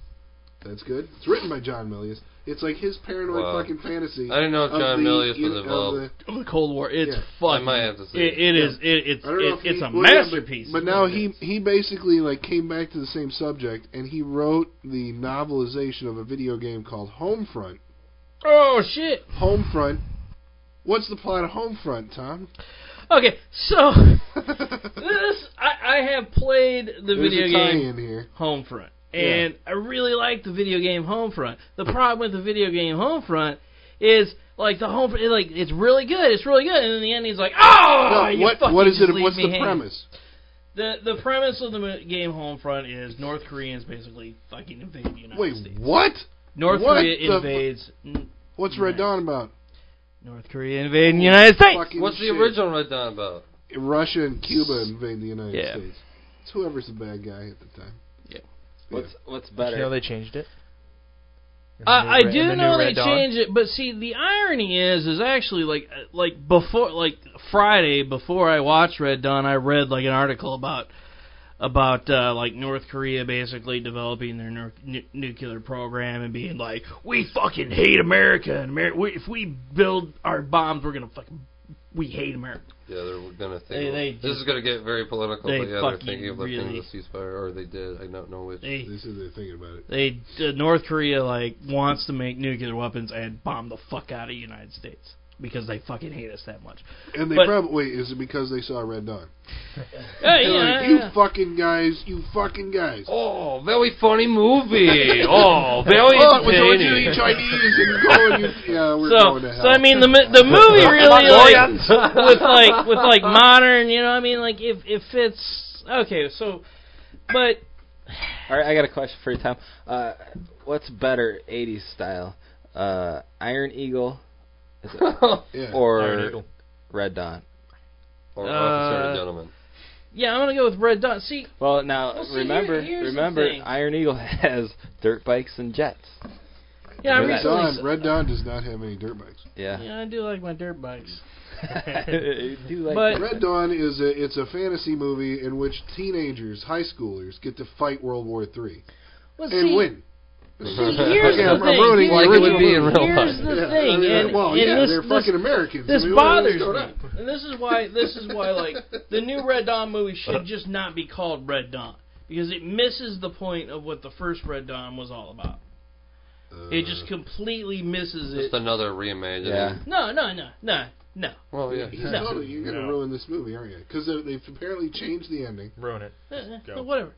S2: That's good. It's written by John Milius. It's like his paranoid
S6: Wow.
S2: fucking fantasy.
S6: I didn't know if
S2: of
S6: John
S2: the-
S6: Milius
S2: you know,
S6: was
S2: of
S6: involved.
S2: the-
S5: Oh, The Cold War. It's
S2: Yeah.
S5: fucking.
S6: I might have to see.
S5: It, it is. It, it's
S2: I don't know
S5: it,
S2: if
S5: it's
S2: he-
S5: a
S2: well, yeah, but-
S5: masterpiece.
S2: But now he he basically like came back to the same subject and he wrote the novelization of a video game called Homefront.
S5: Oh shit.
S2: Homefront. What's the plot of Homefront, Tom?
S5: Okay, so
S2: There's
S5: this I, I have played the video
S2: a
S5: game.
S2: tie in here.
S5: Homefront. And I really like the video game Homefront. The problem with the video game Homefront is like the home it, like it's really good, it's really good, and in the end he's like, oh,
S2: No,
S5: you
S2: what
S5: fucking
S2: what is
S5: just
S2: it?
S5: leave
S2: What's
S5: me
S2: the
S5: hanging."
S2: premise?
S5: The the premise of the mo- game Homefront is North Koreans basically fucking invade the United
S2: Wait,
S5: States.
S2: what?
S5: North
S2: what the
S5: Korea
S2: fu-
S5: invades n-
S2: What's Red
S5: Right.
S2: Dawn about?
S5: North Korea invading the United States.
S2: Fucking
S6: What's the
S2: shit.
S6: original Red Dawn about?
S2: Russia and Cuba invade the United
S5: Yeah.
S2: States. It's whoever's the bad guy at the time.
S3: What's what's
S4: You know
S3: better?
S4: they changed it? In the
S5: Uh,
S4: new
S5: I
S4: Red- in
S5: do
S4: the new
S5: know they
S4: Red Dawn?
S5: changed it, but see, the irony is, is actually like, uh, like before, like Friday before I watched Red Dawn, I read like an article about, about uh, like North Korea basically developing their nu- nu- nuclear program and being like, we fucking hate America, and Amer- we, if we build our bombs, we're gonna fucking, we hate America.
S6: Yeah, they're gonna think.
S5: They- they
S6: this is gonna get very political.
S5: they
S6: But yeah, they're
S5: fucking
S6: thinking of lifting
S5: really-
S6: the ceasefire, or they did. I don't know which.
S5: They,
S2: This is they're thinking about it.
S5: they, uh, North Korea like wants to make nuclear weapons and bomb the fuck out of the United States because they fucking hate us that much.
S2: And they
S5: But-
S2: probably wait, is it because they saw Red Dawn?
S5: Yeah,
S2: They're
S5: yeah,
S2: like,
S5: yeah.
S2: you fucking guys, you fucking guys.
S6: Oh, very funny movie. oh, very
S2: Oh, we're going to
S6: entertaining.
S2: the Chinese and going. You, yeah, we're
S5: so,
S2: going to hell.
S5: so I mean, the mo- the movie really like
S4: Boyan.
S5: with like with like modern, you know, what I mean, like if if it's okay, so but
S3: All right, I got a question for you, Tom. Uh, what's better, '80s style, uh, Iron Eagle is it-
S2: Yeah.
S4: Iron
S3: or
S4: Eagle.
S3: Red Dawn.
S6: Or
S5: Uh,
S6: Officer and Gentleman.
S5: Yeah, I'm gonna go with Red Dawn. See,
S3: Well, now
S5: Well, see, here-
S3: remember,
S5: here's the
S3: remember,
S5: thing.
S3: Iron Eagle has dirt bikes and jets.
S5: yeah, I
S3: Red
S2: Red
S5: recently.
S2: Dawn,
S5: s-
S2: Red Dawn does not have any dirt bikes.
S3: Yeah,
S5: Yeah, I do like my dirt bikes.
S3: I do like
S5: But-
S3: that.
S2: Red Dawn is a it's a fantasy movie in which teenagers, high schoolers, get to fight World War Three
S5: Well,
S2: and
S5: see,
S2: win.
S5: See, here's
S2: Yeah, I'm-
S5: the
S2: I'm
S5: thing.
S2: ruining
S5: here's
S6: like it would be in
S5: the-
S6: real
S5: here's
S6: life.
S5: the
S2: Yeah.
S5: thing,
S2: Yeah,
S5: and,
S2: well,
S5: and
S2: yeah,
S5: this,
S2: they're
S5: this-
S2: fucking Americans.
S5: this
S2: I mean, what- what's
S5: bothers
S2: going
S5: me,
S2: on?
S5: and this is why this is why like the new Red Dawn movie should just not be called Red Dawn because it misses the point of what the first Red Dawn was all about. It
S2: Uh,
S5: just completely misses
S6: Just
S5: it.
S6: another reimagining.
S3: yeah,
S5: No, no, no, no, no.
S6: Well, yeah.
S2: You totally, you're gonna
S4: No.
S2: ruin this movie, aren't you? Because they've apparently changed the ending.
S4: Ruin it.
S5: Eh, eh,
S4: Go.
S5: whatever.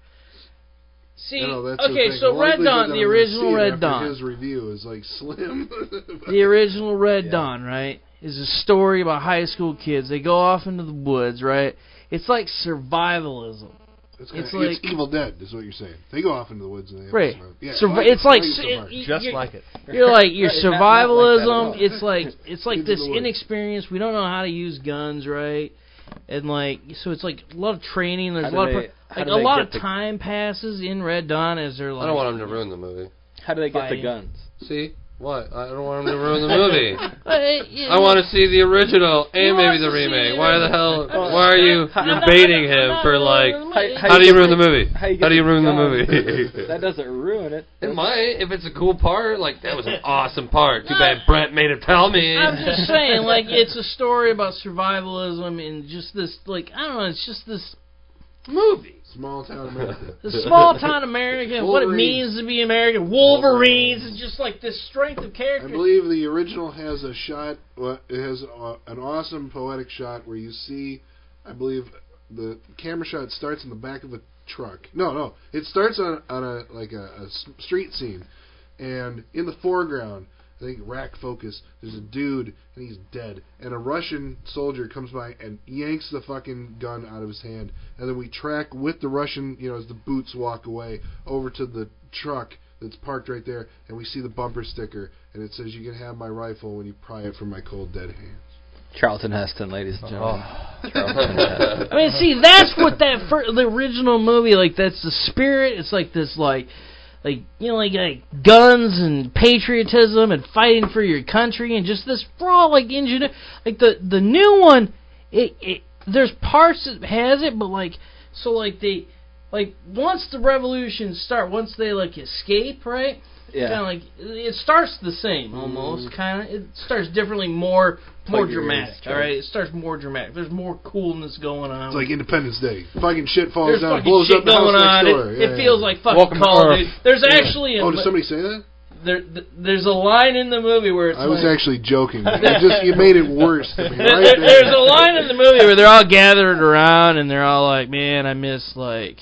S5: See,
S2: No, no, that's the
S5: okay,
S2: thing.
S5: so Red
S2: likelihood
S5: Dawn,
S2: that
S5: the
S2: I'm gonna see
S5: original
S2: it
S5: Red
S2: after
S5: Dawn,
S2: His review is like slim.
S5: the original Red
S3: Yeah.
S5: Dawn, right, is a story about high school kids. They go off into the woods, right? It's like survivalism.
S2: it's, kinda, it's,
S5: it's like-
S2: Evil Dead, is what you're saying. They go off into the woods and they have to
S5: Right.
S2: survive. Yeah,
S5: Survi-
S2: I
S5: it's like
S2: I
S5: s-
S2: survival.
S5: it-
S4: Just
S5: you're-
S4: like it.
S5: You're like your
S3: Right, not- not like that at
S5: survivalism.
S3: all.
S5: it's like it's like
S2: Into the
S5: this
S2: woods.
S5: inexperience. We don't know how to use guns, right? And like so, it's like a lot of training. There's
S3: How
S5: a
S3: do
S5: lot
S3: they-
S5: of
S3: how
S5: like
S3: do
S5: a
S3: they
S5: lot
S3: get
S5: of
S3: the-
S5: time passes in Red Dawn as they're like.
S6: I don't want him to ruin the movie.
S3: how do they get
S5: Fighting.
S3: the guns?
S6: See? What? I don't want him to ruin the movie. I
S5: want
S6: want to see the original
S5: You
S6: and maybe
S5: want
S6: the
S5: to see
S6: remake.
S5: the
S6: Why the hell?
S5: original.
S6: Why are you
S3: I'm
S6: you're
S3: not-
S6: baiting him for like?
S3: How
S6: How do you
S3: get
S6: ruin the
S3: the-
S6: movie?
S3: how you get
S6: How do you
S3: the
S6: ruin the
S3: guns?
S6: movie?
S3: That doesn't ruin it.
S6: It might if it's a cool part. Like that was an awesome part. Too bad Brent made him tell me.
S5: I'm just saying, like it's a story about survivalism and just this, like I don't know, it's just this
S6: movie.
S2: Small town America.
S5: the small town America and what it
S2: Wolverines.
S5: means to be American. Wolverines is just like this strength of
S2: I
S5: character.
S2: believe the original has a shot. well, It has uh, an awesome poetic shot where you see. I believe the camera shot starts in the back of a truck. No, no, it starts on on a like a, a s- street scene, and in the foreground, I think rack focus. There's a dude and he's dead, and a Russian soldier comes by and yanks the fucking gun out of his hand, and then we track with the Russian, you know, as the boots walk away over to the truck that's parked right there, and we see the bumper sticker, and it says, "You can have my rifle when you pry it from my cold dead hands."
S3: Charlton Heston, ladies and gentlemen.
S2: Oh.
S5: I mean, see, that's what that fir- the original movie like. That's the spirit. It's like this, like, like you know, like, like guns and patriotism and fighting for your country and just this raw like engineer. Like the the new one, it it there's parts that has it, but like so like they like once the revolution start, once they like escape, right? Kind
S3: Yeah.
S5: of like it starts the same
S6: Mm.
S5: almost. Kind of it starts differently, more more
S3: Like yours,
S5: dramatic.
S3: Joe.
S5: All right, it starts more dramatic. There's more coolness going on.
S2: It's like Independence Day. Fucking shit falls
S5: there's
S2: down,
S5: fucking
S2: blows
S5: shit
S2: up the
S5: going
S2: house
S5: on.
S2: next door.
S5: It,
S2: Yeah,
S5: it
S2: yeah,
S5: feels
S2: yeah.
S5: like fucking
S6: Welcome to
S5: Call of
S6: Earth.
S5: Duty. There's actually a,
S2: Oh, did somebody say that?
S5: there, there's a line in the movie where it's
S2: I was
S5: like,
S2: actually joking. You just you made it worse to me.
S5: there,
S2: Right
S5: there- there's a
S2: there.
S5: line in the movie where they're all gathered around and they're all like, "Man, I miss like,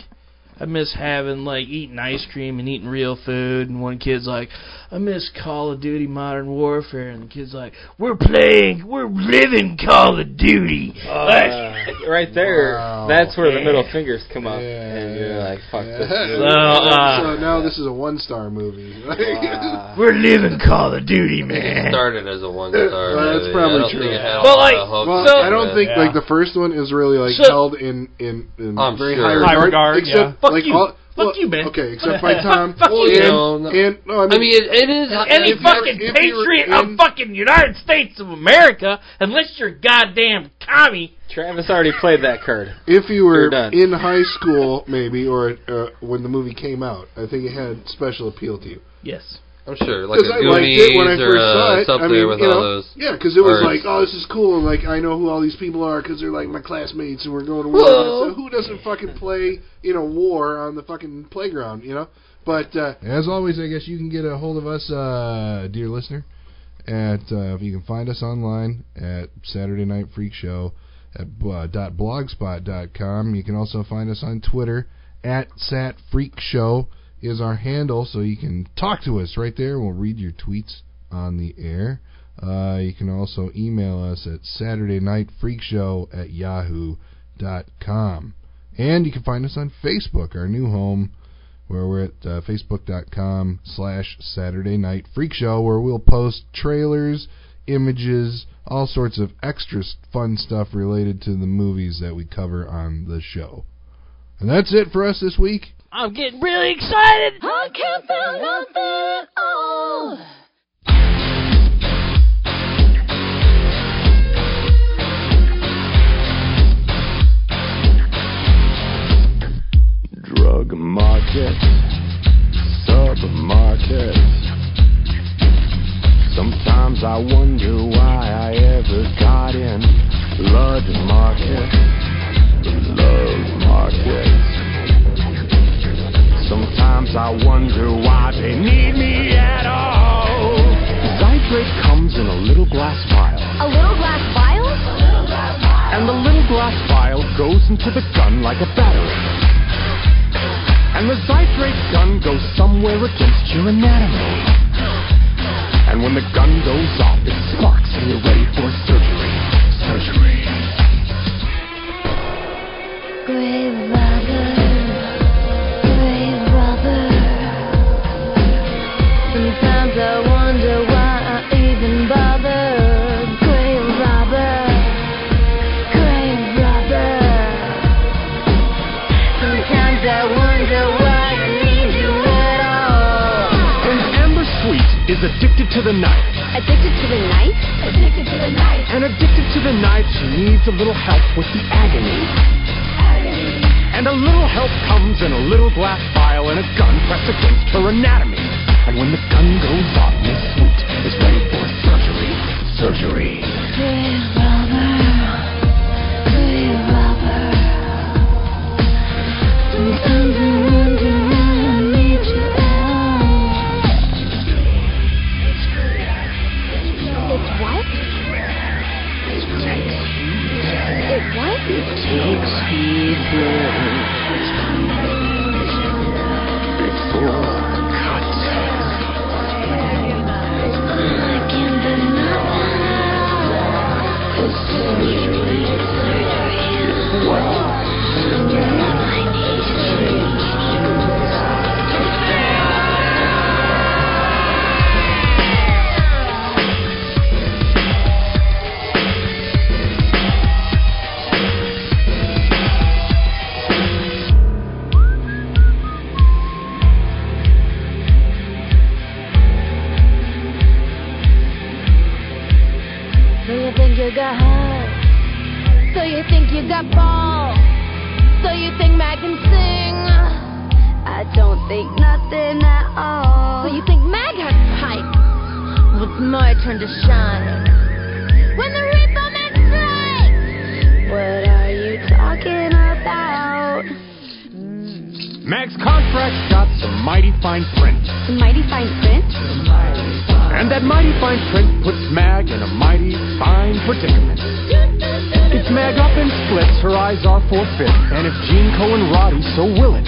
S5: I miss having like eating ice cream and eating real food." And one kid's like, "I miss Call of Duty Modern Warfare," and the kid's like, "We're playing, we're living Call of Duty." Like-
S3: Uh, right there,
S2: Wow.
S3: that's where the
S5: Yeah.
S3: middle fingers come
S2: Yeah,
S3: up, and you're like, "Fuck
S2: yeah.
S3: this."
S5: So, uh,
S2: So now this is a one star movie.
S3: Wow.
S5: we're living Call of Duty,
S6: It
S5: man.
S6: started as a one-star
S2: Well, that's
S6: movie.
S2: probably
S6: I don't
S2: true.
S6: Think it had
S5: But,
S6: a lot
S5: like,
S6: of hopes
S2: well,
S6: into
S2: I don't
S6: it.
S2: think
S4: Yeah.
S2: like the first one is really like
S5: So-
S2: held in in, in
S6: I'm
S2: very
S6: sure.
S2: high
S6: High
S2: regard.
S4: regard,
S2: except
S4: yeah.
S5: Fuck
S2: like
S5: you.
S2: all,
S5: Fuck
S2: well,
S5: you, Ben.
S2: Okay, except by Tom.
S5: Fuck
S2: well,
S5: you.
S6: No, no.
S2: And, and no, I mean,
S6: I mean, it, it is.
S5: any
S2: if you're-
S5: fucking
S2: if you're
S5: patriot
S2: in-
S5: of fucking United States of America, unless you're goddamn commie.
S3: Travis already played that card.
S2: if you
S3: You're
S2: were
S3: done.
S2: in high school, maybe, or uh, when the movie came out, I think it had special appeal to you.
S5: Yes.
S6: I'm sure, like
S2: Because
S6: a
S2: I liked
S6: Goonies
S2: it when I
S6: or
S2: first saw
S6: uh,
S2: it. I
S6: something
S2: mean,
S6: with
S2: you
S6: all
S2: know,
S6: those.
S2: yeah, because it was
S6: words.
S2: like, oh, this is cool, and like I know who all these people are because they're like my classmates, and we're going to war. So who doesn't fucking play you know war on the fucking playground, you know? But uh, as always, I guess you can get a hold of us, uh, dear listener, at uh, you can find us online at Saturday Night Freak Show at uh, dot blogspot.com. You can also find us on Twitter at Sat Freak Show is our handle, so you can talk to us right there. We'll read your tweets on the air. Uh, you can also email us at Saturday Night Freak Show at yahoo.com. And you can find us on Facebook, our new home, where we're at uh, facebook.com slash Saturday Night Freak Show, where we'll post trailers, images, all sorts of extra s- fun stuff related to the movies that we cover on the show. And that's it for us this week.
S5: I'm getting really excited.
S8: I can't feel nothing at all.
S7: drug market, submarket. Sometimes I wonder why I ever got in blood market, love market. Sometimes I wonder why they need me at all. Zydrate comes in a little glass vial.
S8: A little glass vial?
S7: And the little glass vial goes into the gun like a battery. And the Zydrate gun goes somewhere against your anatomy. And when the gun goes off, it sparks and you're ready for surgery. Surgery.
S8: Grey robber, grey robber. Sometimes I wonder why I even bother. Grey robber, grey robber. Sometimes I wonder why I need you at all.
S7: And Amber Sweet is addicted to the knife.
S8: Addicted to the night? Addicted to the night.
S7: And addicted to the knife, she needs a little help with the agony. And a little help comes in a little glass vial and a gun pressed against her anatomy. And when the gun goes off, Miss Sweet is ready for surgery. Surgery.
S8: Grey robber, grey robber. Sometimes I wonder why I need you at all. It's what? It what? I can't do nothing at all. Surgery, surgery. You're not my So you think you got heart? So you think you got ball? So you think Mac can sing? I don't think nothing at
S9: So
S8: all. you think Mag has pipe? Well, it's my turn to shine. When the repo man strikes! What are you talking about?
S7: Mag's contract's got some mighty fine print.
S8: The mighty fine print?
S7: And that mighty fine print puts Mag in a mighty fine predicament. If Mag up and splits, her eyes are forfeit. And if Gene Cohen Roddy, so will it.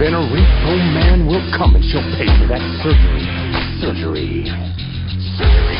S7: Then a repo man will come and she'll pay for that surgery. Surgery. Surgery.